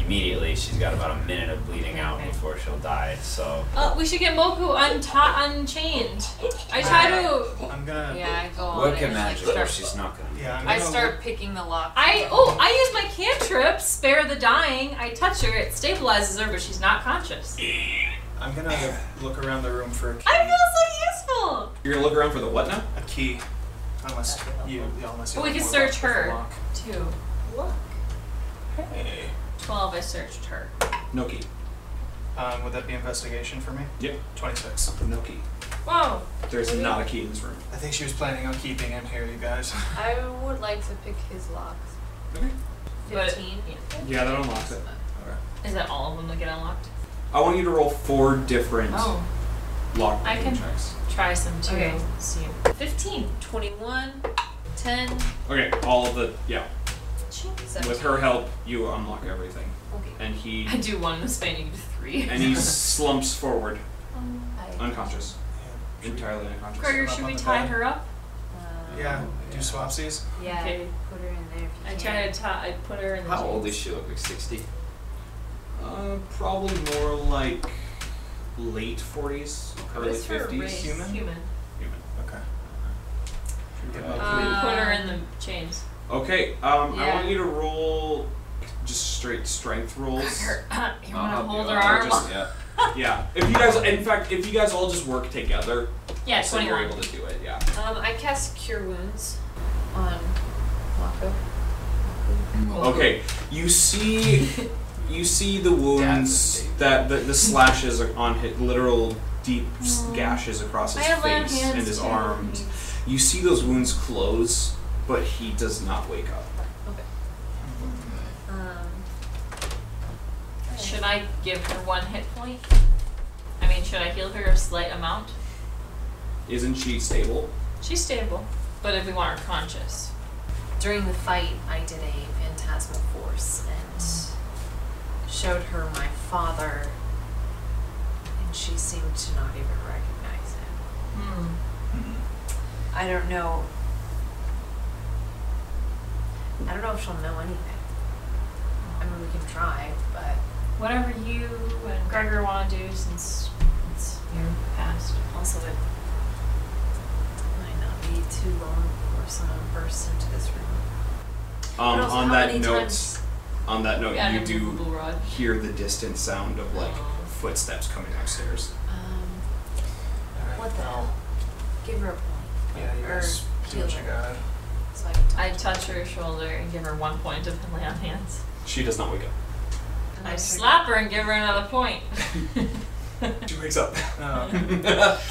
immediately. She's got about a minute of bleeding out before she'll die. So Uh, we should get Moku unta- unchained. I try to. I'm gonna. Yeah, I go on. and look at just, like, magic, or start- she's not gonna. Yeah, I'm I gonna start picking the lock. I oh I use my cantrip, spare the dying. I touch her, it stabilizes her, but she's not conscious. look- I'm gonna look around the room for a key. I feel so useful. You're gonna look around for the what now? A key. Unless you, yeah, unless you. But we have can more luck search with the her. lock. Two. Look. Twelve. I searched her. No key. Um, would that be investigation for me? Yep. Twenty-six. No key. Whoa. There's not a key in this room. I think she was planning on keeping him here, you guys. I would like to pick his locks. But- Fifteen. Yeah, that unlocks it. Is that all of them that get unlocked? I want you to roll four different Oh. lock I picking can- checks. Try some too. Okay. See. 15, 21, 10, Okay, all of the yeah. With 17. her help, you unlock everything, Okay. and he I do one in the span, you do three. and he slumps forward, uh, unconscious, entirely unconscious. Gregor, should we tie her up? Yeah. Do swapsies. Yeah. Okay. Put her in there. If you I can. try to tie. I put her in. The How old chains. is she? Look like sixty. Uh, probably more like late forties, What early is her fifties. race? Human? Human. Human. Okay. Okay. Uh, Um, put her in the chains. Okay, um, I Yeah. want you to roll just straight strength rolls. Uh, you want to I'll help hold you her out. arm? Just- yeah. yeah. If you guys, in fact, if you guys all just work together, Yeah, so you're 21. able to do it. Yeah. Um, I cast Cure Wounds on Mako. Okay, you see, you see the wounds that the, the slashes are on his literal deep s- gashes across Mm. his I have lamb face and hands his too. arms. You see those wounds close, but he does not wake up. Um, Should I give her one hit point? I mean, should I heal her a slight amount? Isn't she stable? She's stable, but if we want her conscious, during the fight, I did a Phantasmal Force and showed her my father, and she seemed to not even recognize him. Hmm. I don't know. I don't know if she'll know anything. I mean, we can try, but whatever you and Gregor want to do, since it's your past. Also, it might not be too long before someone bursts into this room. Um, also, on how that many note, times- on that note, Yeah, you and do Google Rod. hear the distant sound of like Oh. footsteps coming upstairs. Um, Alright, what the Er, well, hell? Give her a point Yeah, you Or guys do what you healer. got. so I can I touch her shoulder and give her one point of lay on hands. She does not wake up. And I I slap her and give her another point. She wakes up.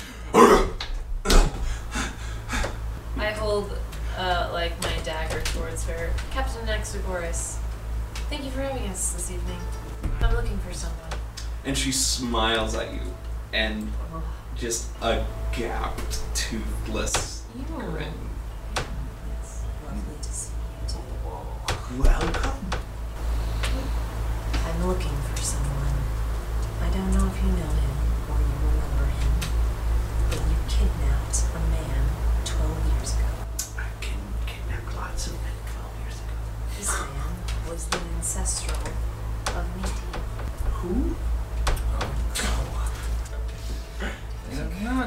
Um, I hold uh, like my dagger towards her. Captain Exogoras, thank you for having us this evening. I'm looking for someone. and she smiles at you, and just a gapped, toothless you. grin. It's lovely to see you too. Welcome. I'm looking for someone. I don't know if you know him or you remember him, but you kidnapped a man 12 years ago. I can kidnap lots of men 12 years ago. This man was the ancestral of Niti. Who?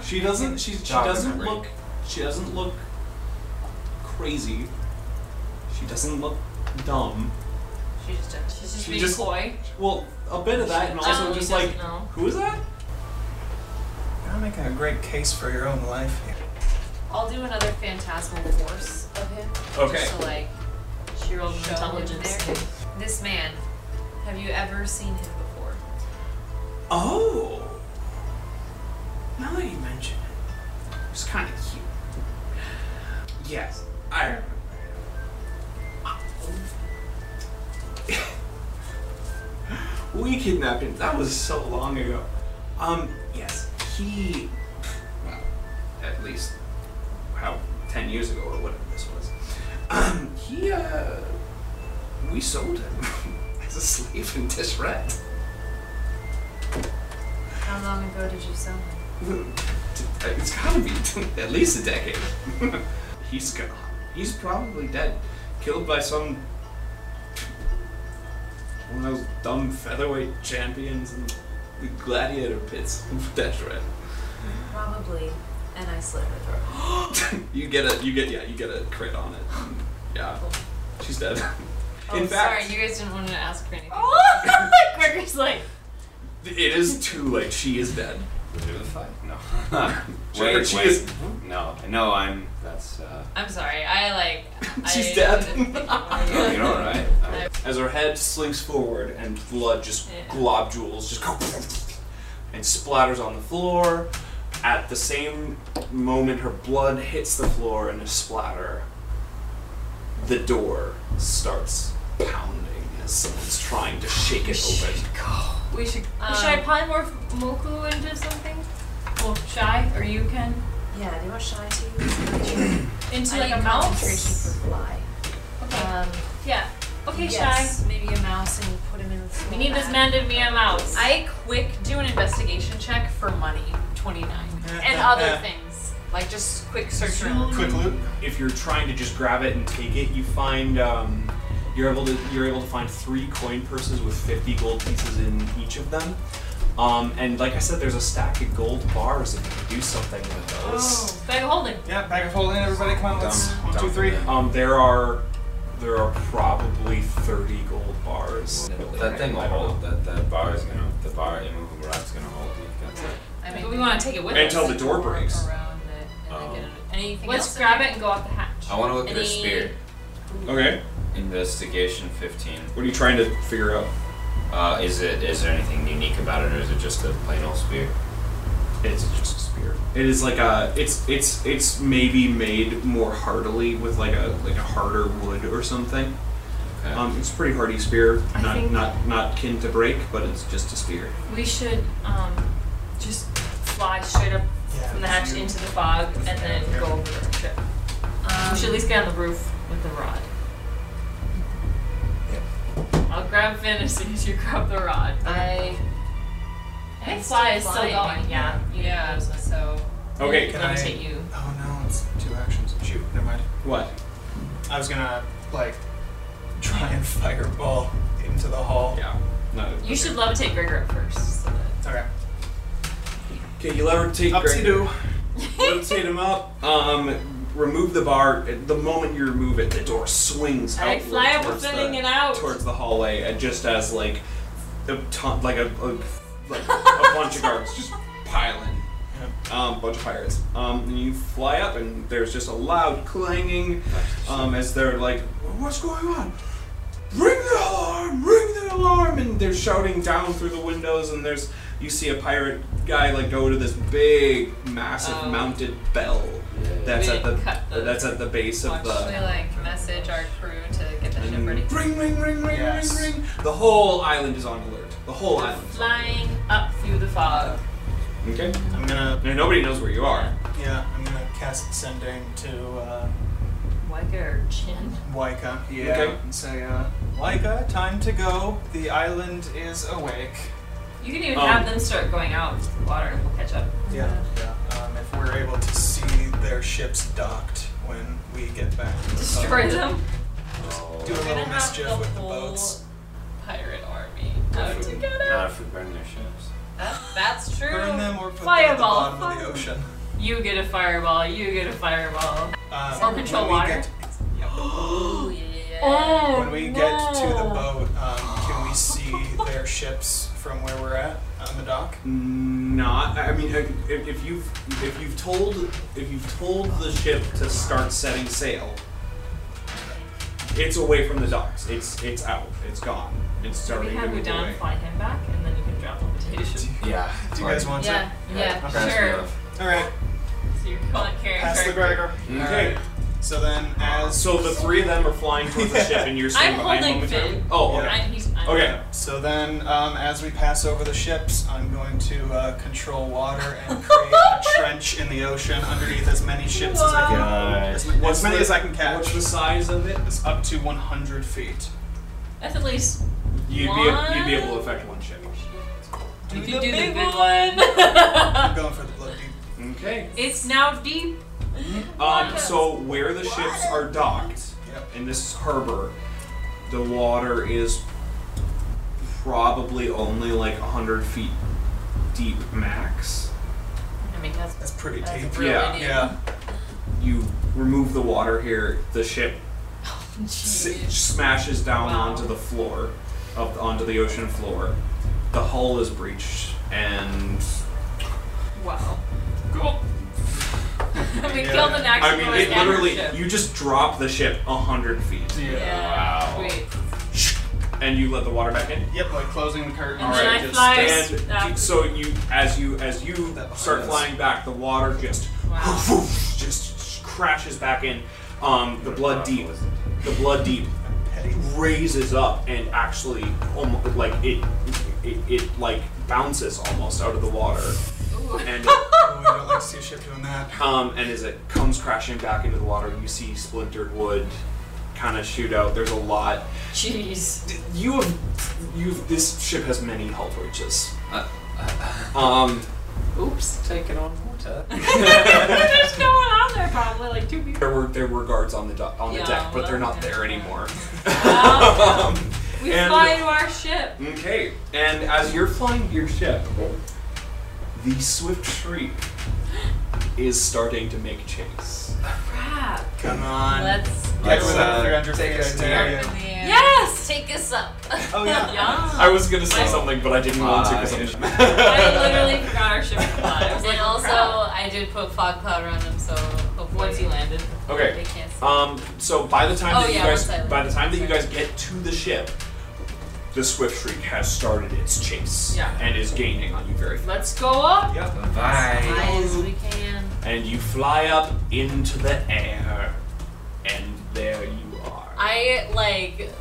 She doesn't. She, she Dog doesn't memory. look. She doesn't look crazy. She doesn't look dumb. She just did. She's just She being just- coy. Well, a bit of that, and also Um, just she doesn't like, know. who is that? You're making a great case for your own life here. I'll do another phantasmal force of him. Okay. Just to like She rolled an show intelligence. him there. This man, have you ever seen him before? Oh. Now that you mention it, it's kind of cute. Yes, I remember. we kidnapped him. That was so long ago. Um, yes, he, well, at least how ten years ago or whatever this was, um, he uh, we sold him as a slave in Tishret. How long ago did you sell him? It's gotta be at least a decade. he's gone. He's probably dead, killed by some one of those dumb featherweight champions in the gladiator pits in Detroit. Probably. And I slit her throat. you get a you get yeah you get a crit on it. Yeah, she's dead. Oh, in fact, sorry, you guys didn't want to ask for anything. Oh, Gregor's like, it is too late. She is dead. Revivify? No. Wait, she wait. is. No, no, I'm. That's. uh... I'm sorry. I like. She's I dead. didn't think about it. You're all right. As her head slinks forward and blood just Yeah. globules just go and splatters on the floor. At the same moment her blood hits the floor in a splatter, the door starts pounding as someone's trying to shake it open. We should. Um, Should I polymorph Moku into something? well, shy or you can? yeah, do you want shy to use? Into I like need a concentration mouse? for fly. Okay. Um, yeah. Okay, yes, maybe a mouse and you put him in the Shy. small We need this bag. man to be a mouse. I quick do an investigation check for money. Twenty nine and other things like just quick search around. Quick loop. If you're trying to just grab it and take it, you find um, you're able to you're able to find three coin purses with 50 gold pieces in each of them. Um, and like I said, there's a stack of gold bars if you could do something with those. Oh. Bag of holding. Yeah, back of holding. Everybody, come on. Let's Dumb, one, dumb two, three. thing. Um, there are there are probably 30 gold bars. That thing will hold. That that bar is gonna. The bar immovable rock's gonna hold you. That's it. I But we want to take it with Until us. the door breaks. around it and Oh. then get it. Anything Let's else? grab it and go out the hatch. I want to look at her Any- spear. Okay. Investigation 15. What are you trying to figure out? Uh, is it? Is there anything unique about it, or is it just a plain old spear? It's just a spear. It is like a it's it's it's maybe made more hardily with like a like a harder wood or something. Okay. Um, it's a pretty hardy spear. I Not think- not not kin to break, but it's just a spear. We should um, just fly straight up Yeah, from the hatch you- into the fog and then go over the ship. Um, we should at least get on the roof with the rod. I'll grab Finn as soon as you grab the rod. I I think fly is still flying. going. Yeah. You Yeah. So Okay. Can Let me I- take you. Oh no, it's two actions. Shoot, never mind. What? I was gonna like try and fireball into the hall. Yeah. No. You should levitate Gregor up first. So that Okay. Okay, you levitate Up to do. Rotate him up. Um, remove the bar. The moment you remove it, the door swings out I fly up towards spinning the, it out. towards the hallway, and just as like a ton, like a, a like a bunch of guards just piling, um, bunch of pirates. Um, and you fly up, and there's just a loud clanging, um, as they're like, "What's going on?" Ring the alarm! Ring the alarm! And they're shouting down through the windows, and there's you see a pirate guy like go to this big, massive Oh. mounted bell that's We at the, didn't cut the- that's at the base of actually the. Mm. like message our crew to get the ship ready. Ring, ring, ring, ring, Yes. ring, ring! The whole island is on alert. The whole island. is on flying up through the fog. alert. Okay. I'm gonna And nobody knows where you are. yeah, I'm gonna cast sending to uh Wigger chin. Waika. Yeah. Okay. And say, uh Waika, time to go. The island is awake. You can even Um, have them start going out into the water and we'll catch up. Yeah. Yeah. Um, if we're able to see their ships docked when we get back to the Destroy boat. them. Do a We're little gonna have the mischief with the whole boats. pirate army Not out if we- together. Not if we burn their ships. That, that's true. Burn them or put Fireball, them at the bottom fireball. of the ocean. You get a fireball. You get a fireball. Um, Or control when we water. get- Ooh, yeah, yeah, yeah. Oh, When we get to the boat, um, can we see their ships from where we're at on the dock? Not. I mean, if, if you've if you've told if you've told the ship to start setting sail, it's away from the docks. It's it's out. It's gone. It's starting we have to move away. Udon fly him back, and then you can drop the potato ship. Yeah. Do you guys want Yeah, yeah, Pass me sure. off. to? All right, So you're not carrying Oh, pass her. the Gregor. Okay. All right. So then, as So the three of them are flying towards the ship, and you're I'm staying behind holding momentarily. Finn. Oh, okay. I'm, he's, I'm Okay. So then, um, as we pass over the ships, I'm going to uh, control water and create a trench in the ocean underneath as many ships as I Wow. can. As, ma- What's as many the- as I can catch. what's the size of it? It's up to 100 feet. That's at least. You'd be, you'd be able to affect one ship. Do the you do the big big one. one. I'm going for the blood deep. Okay. it's now deep. Um, so where the ships are docked in this harbor, the water is probably only like hundred feet deep max. I mean, that's, that's pretty that's deep. Really Yeah. deep. Yeah. You remove the water here, the ship si- smashes down onto the floor, up onto the ocean floor. The hull is breached, and Wow. Cool. we killed an actual I mean, it standard literally, ship. you just drop the ship a hundred feet. Yeah. Wow. Wait. And you let the water back in. Yep, like closing the curtain. And then I just fly stand- And you- so you, as you, as you start flying back, the water just, just crashes back in. Um, the blood deep, the blood deep raises up and actually, almost, like it, it, it like bounces almost out of the water, and it, Oh, I don't like to see a ship doing that. um, and as it comes crashing back into the water, you see splintered wood kind of shoot out. There's a lot. Jeez. You have, you've. This ship has many hull breaches. Um, Oops, taking on water. There's no one on there, probably like two people. there were there were guards on the do- on the Yeah, deck, but they're not there anymore. Um, We and- fly into our ship. Okay, and as you're flying your ship, the swift shriek is starting to make chase. Crap. Come on. Let's Get Let's, within uh, 300 feet. I dare you. Yes! Take us up. Oh yeah. I was gonna say something, but I didn't want to because I I'm. literally forgot our ship was flying. I was and like, also, crap. I did put fog cloud around them, so hopefully Once he landed. they okay. can't see. Um. So by the time Oh, that you yeah, guys once I- by the time that you guys get to the ship, the swift shriek has started its chase Yeah. and is gaining on you very fast. Let's go up. Bye. High as we can. And you fly up into the air, and there you are. I like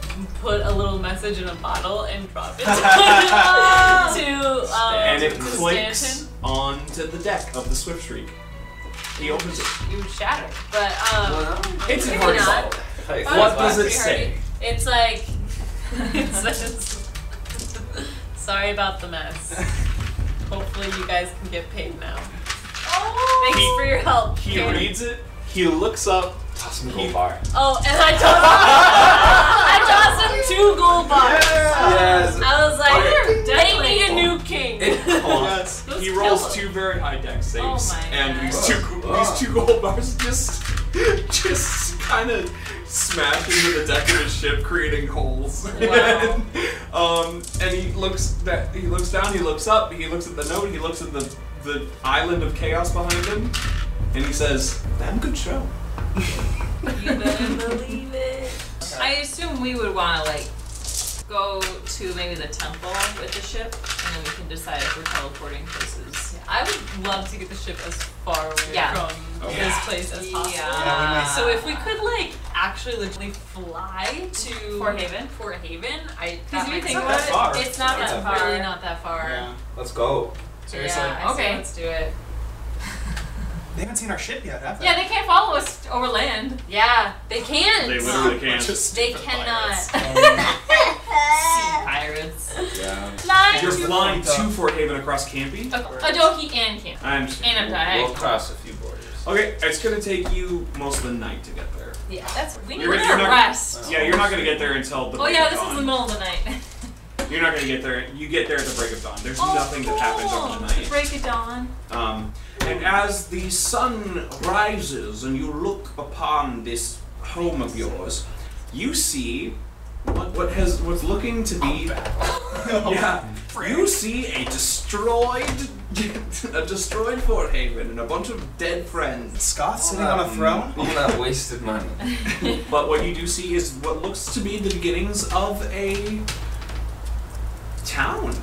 put a little message in a bottle and drop it to, to um, and it to clicks Stanton. onto the deck of the Swift Shriek. He opens it. You shatter, but um, It's in maybe hard Oh, not. sell. Oh, What it's does supposed to it be say? hardy. It's like. it's just- sorry about the mess. Hopefully, you guys can get paid now. Thanks for your help. He Karen. reads it. He looks up. Toss him gold bar. Oh, and I tossed him. I tossed him two gold bars. Yes. I was Okay. like, they need a new king. he Let's kill rolls him. two very high deck saves, my and God. these two these two gold bars just just kind of smash into the deck of his ship, creating holes. Wow. um, and he looks that he looks down, he looks up, he looks at the note, he looks at the the island of chaos behind him, and he says, "Damn good show." You better believe it. I assume we would want to like go to maybe the temple with the ship, and then we can decide if we're teleporting places. I would love to get the ship as far away Yeah. from Oh, this place as possible. Yeah, we So if we could like actually literally fly to Fort Haven? Fort Haven, I Because that if you might think sound- about that it, far. it's not That's that not far. really not that far. Yeah. Let's go. Seriously. Yeah, I say Okay. let's do it. They haven't seen our ship yet, have they? Yeah, they can't follow us over land. Yeah, they can't. can't. They cannot. Oh, Pirates. Yeah. Fly You're to flying to Fort Haven across Campy. Adoki and Camp. I'm. And We'll, we'll Adoki. cross a few borders. Okay, it's gonna take you most of the night to get there. Yeah, that's we need You're- to you're not- rest. Yeah, you're not gonna get there until the. Oh break yeah, of this is dawn. the middle of the night. You're not gonna get there. You get there at the break of dawn. There's Oh, nothing that happens over cool. the night. Break of dawn. Um, and as the sun rises and you look upon this home of yours, you see what, what has what's looking to be. yeah, you see a destroyed, a destroyed Fort Haven and a bunch of dead friends. Um, Scott sitting on a throne. All that wasted money. But what you do see is what looks to be the beginnings of a town.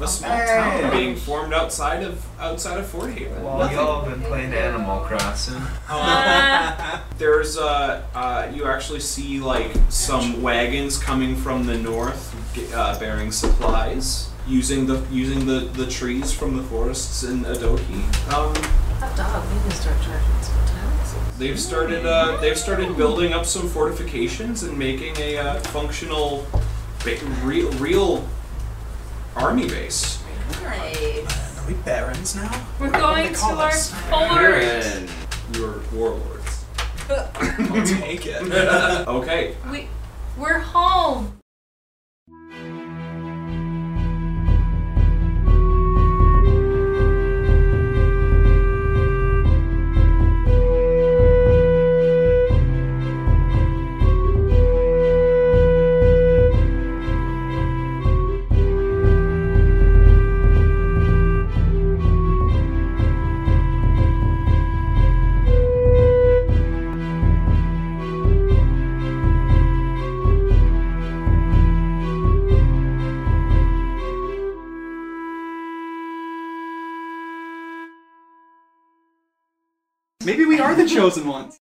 A small town being formed outside of outside of Fort Haven. Um, y'all been playing Animal Crossing. There's uh, uh, you actually see like some wagons coming from the north g- uh, bearing supplies using the using the, the trees from the forests in Adoki. Um, Hot dog, we can start charging some taxes. they've started uh, they've started building up some fortifications and making a uh, functional, ba- real, real army base. Nice. Are we barons now? We're What do going they to call our us? forest. Your warlords. I'll take it. okay. We, we're home. Maybe we are the chosen ones.